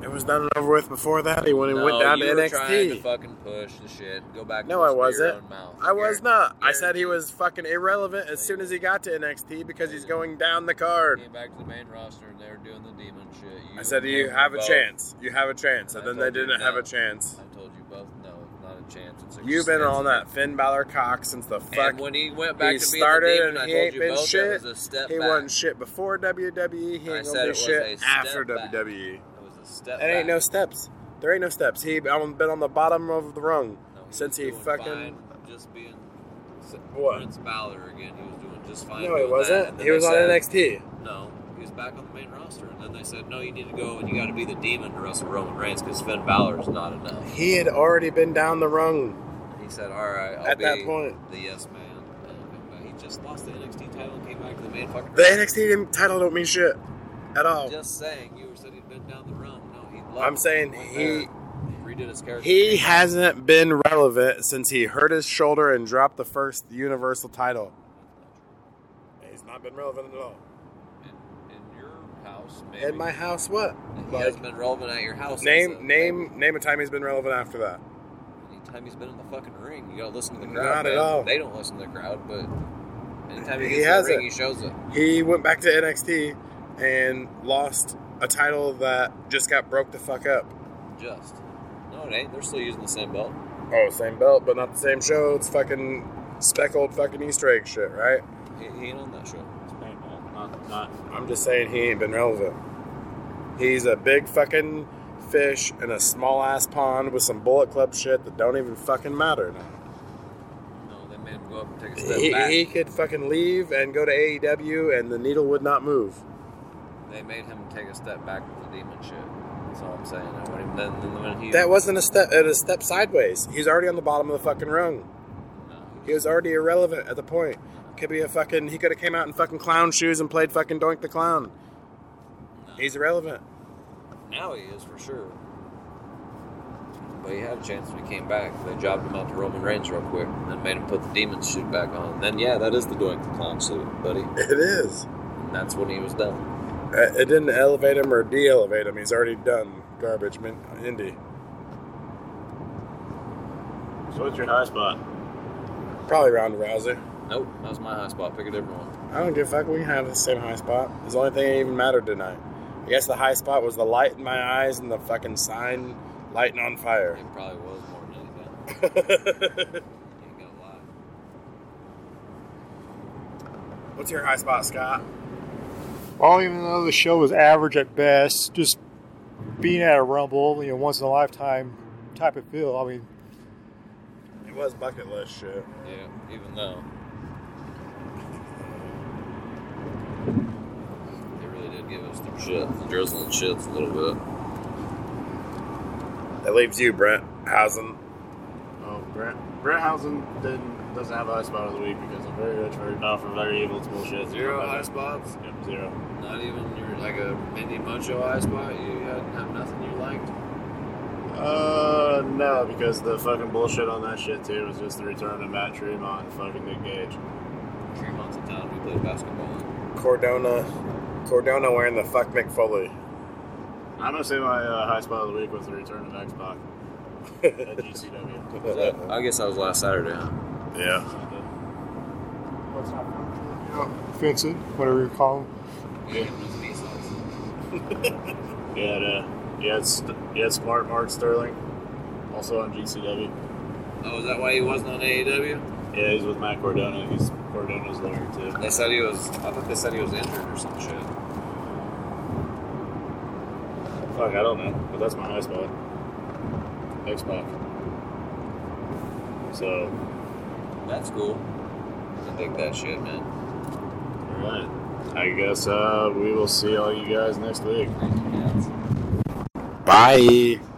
[SPEAKER 1] It was done and over with before that. He went, he
[SPEAKER 2] No,
[SPEAKER 1] went down to
[SPEAKER 2] you were trying to
[SPEAKER 1] NXT.
[SPEAKER 2] fucking push the shit. Go back. and
[SPEAKER 1] No, I
[SPEAKER 2] whisper your
[SPEAKER 1] wasn't.
[SPEAKER 2] own mouth.
[SPEAKER 1] I was
[SPEAKER 2] You're-
[SPEAKER 1] not. I
[SPEAKER 2] you're-
[SPEAKER 1] said he was fucking irrelevant as soon as he got to NXT because he's going down the card.
[SPEAKER 2] Came back to the main roster and they were doing the demon shit. You
[SPEAKER 1] I said,
[SPEAKER 2] and
[SPEAKER 1] you
[SPEAKER 2] him
[SPEAKER 1] have a
[SPEAKER 2] both.
[SPEAKER 1] chance. You have a chance. And
[SPEAKER 2] And
[SPEAKER 1] then
[SPEAKER 2] I
[SPEAKER 1] they
[SPEAKER 2] told you
[SPEAKER 1] didn't have
[SPEAKER 2] no.
[SPEAKER 1] a chance.
[SPEAKER 2] I told you both, no, not a chance. It's a
[SPEAKER 1] You've been
[SPEAKER 2] it's
[SPEAKER 1] on
[SPEAKER 2] a-
[SPEAKER 1] that Finn Balor cock since the fuck.
[SPEAKER 2] And when he went back
[SPEAKER 1] He
[SPEAKER 2] to being
[SPEAKER 1] started
[SPEAKER 2] the demon,
[SPEAKER 1] and
[SPEAKER 2] I
[SPEAKER 1] he
[SPEAKER 2] told
[SPEAKER 1] ain't
[SPEAKER 2] you
[SPEAKER 1] been
[SPEAKER 2] both
[SPEAKER 1] shit.
[SPEAKER 2] It was a step
[SPEAKER 1] He
[SPEAKER 2] back.
[SPEAKER 1] wasn't shit before WWE. He
[SPEAKER 2] I
[SPEAKER 1] ain't
[SPEAKER 2] said
[SPEAKER 1] gonna
[SPEAKER 2] it
[SPEAKER 1] do
[SPEAKER 2] was
[SPEAKER 1] shit
[SPEAKER 2] a
[SPEAKER 1] after
[SPEAKER 2] step back.
[SPEAKER 1] WWE.
[SPEAKER 2] It was a step
[SPEAKER 1] It ain't no
[SPEAKER 2] back.
[SPEAKER 1] steps. There ain't no steps. He um, been on the bottom of the rung
[SPEAKER 2] No, was
[SPEAKER 1] since he
[SPEAKER 2] doing
[SPEAKER 1] fucking.
[SPEAKER 2] fine, just being
[SPEAKER 1] What?
[SPEAKER 2] Prince Balor again. He was doing just
[SPEAKER 1] No,
[SPEAKER 2] fine.
[SPEAKER 1] he
[SPEAKER 2] doing that, and
[SPEAKER 1] wasn't.
[SPEAKER 2] then
[SPEAKER 1] He was
[SPEAKER 2] they
[SPEAKER 1] on
[SPEAKER 2] said,
[SPEAKER 1] NXT.
[SPEAKER 2] No, he was back on the main roster, and then they said, "No, you need to go and you got to be the demon to wrestle Roman Reigns because Finn Balor is not enough."
[SPEAKER 1] He had already been down the rung.
[SPEAKER 2] He said, "All right, I'll
[SPEAKER 1] At
[SPEAKER 2] be
[SPEAKER 1] that point.
[SPEAKER 2] the yes man." And, uh, He just lost the NXT title and came back to the main fucking.
[SPEAKER 1] The
[SPEAKER 2] roster.
[SPEAKER 1] NXT title don't mean shit at all.
[SPEAKER 2] Just saying, you said he'd been down the run. No, he. Loved
[SPEAKER 1] Oh. I'm saying
[SPEAKER 2] went
[SPEAKER 1] he-
[SPEAKER 2] there, redid his character.
[SPEAKER 1] He hasn't been relevant since he hurt his shoulder and dropped the first Universal title. He's not been relevant at all.
[SPEAKER 2] in, in your house, maybe.
[SPEAKER 1] In my house, what?
[SPEAKER 2] He
[SPEAKER 1] Like,
[SPEAKER 2] hasn't been relevant at your house. since
[SPEAKER 1] name,
[SPEAKER 2] then.
[SPEAKER 1] name, name a time he's been relevant after that.
[SPEAKER 2] Anytime he's been in the fucking ring, you gotta listen to the crowd.
[SPEAKER 1] Not at
[SPEAKER 2] man.
[SPEAKER 1] all.
[SPEAKER 2] They don't listen to the crowd, but anytime he
[SPEAKER 1] He
[SPEAKER 2] gets in the
[SPEAKER 1] hasn't.
[SPEAKER 2] ring, he shows it.
[SPEAKER 1] He went back to NXT and lost a title that just got broke the fuck up.
[SPEAKER 2] Just. No, it ain't. They're still using the same belt.
[SPEAKER 1] Oh, same belt, but not the same show. It's fucking speckled fucking Easter egg shit, right?
[SPEAKER 2] He, he ain't on that show.
[SPEAKER 3] It's painful. Not, not
[SPEAKER 1] I'm just saying he ain't been relevant. He's a big fucking fish in a small ass pond with some bullet club shit that don't even fucking matter now.
[SPEAKER 2] No, they made him go up and take a step
[SPEAKER 1] He,
[SPEAKER 2] back.
[SPEAKER 1] he could fucking leave and go to AEW and the needle would not move.
[SPEAKER 2] They made him take a step back with the demon shit. That's all I'm saying. I want him then, then when he
[SPEAKER 1] That wasn't a step it was a step sideways. He's already on the bottom of the fucking rung.
[SPEAKER 2] No,
[SPEAKER 1] He was already irrelevant at the point. Could be a fucking he could have came out in fucking clown shoes and played fucking Doink the Clown. He's irrelevant.
[SPEAKER 2] Now he is for sure. But he had a chance when he came back. They jobbed him out to Roman Reigns real quick, and then made him put the demon suit back on. And then yeah, that is the doing the clown suit, buddy.
[SPEAKER 1] It is.
[SPEAKER 2] And that's when he was done.
[SPEAKER 1] Uh, It didn't elevate him or de-elevate him. He's already done garbage min- indie.
[SPEAKER 3] So what's your high spot?
[SPEAKER 1] Probably Ronda Rousey.
[SPEAKER 2] Nope, that was my high spot. Pick a different one.
[SPEAKER 1] I don't give a fuck. We can have the same high spot. It's the only thing that even mattered tonight. I guess the high spot was the light in my eyes and the fucking sign lighting on fire. [laughs]
[SPEAKER 2] It probably was more than
[SPEAKER 1] I
[SPEAKER 2] anything. You ain't gonna lie.
[SPEAKER 6] What's your high spot, Scott?
[SPEAKER 4] Well, even though the show was average at best, just being at a Rumble, you know, once in a lifetime type of feel. I mean,
[SPEAKER 6] It was bucket list shit.
[SPEAKER 2] Yeah, even though. They really did give us some shit. Drizzling shits a little bit.
[SPEAKER 6] That leaves you, Brent Housen.
[SPEAKER 3] Oh, Brett Bretthausen didn't doesn't have a high spot of the week because I'm very rich, very enough, and Oh, very evil. It's bullshit.
[SPEAKER 2] Zero high
[SPEAKER 3] spot.
[SPEAKER 2] spots.
[SPEAKER 3] Yep, zero.
[SPEAKER 2] Not even your like a mini mojo high spot. You didn't have nothing you liked.
[SPEAKER 3] Uh, no, because the fucking bullshit on that shit too was just the return of Matt Tremont and fucking Nick Gage.
[SPEAKER 2] Tremont's a town we played basketball in.
[SPEAKER 6] Cordona. Cordona wearing the fuck McFoley.
[SPEAKER 3] I'm gonna say my uh, high spot of the week was the return of X Pac at GCW.
[SPEAKER 2] Was that- I guess that was last Saturday. Huh?
[SPEAKER 6] yeah.
[SPEAKER 4] offensive, whatever you call them.
[SPEAKER 2] Yeah. It was measles.
[SPEAKER 3] Yeah, uh, yeah, it's yeah, it's smart Mark Sterling, also on GCW.
[SPEAKER 2] Oh, is that why he wasn't on AEW?
[SPEAKER 3] Yeah, he's with Matt Cordona. He's Cordona's lawyer too.
[SPEAKER 2] They said he was. I thought they said he was injured or some shit.
[SPEAKER 3] Fuck, I don't know, but that's my high spot. X Pac. So,
[SPEAKER 2] That's cool. I think that shit, man.
[SPEAKER 3] alright. I guess uh, we will see all you guys next week.
[SPEAKER 2] Thank you, guys.
[SPEAKER 6] Bye.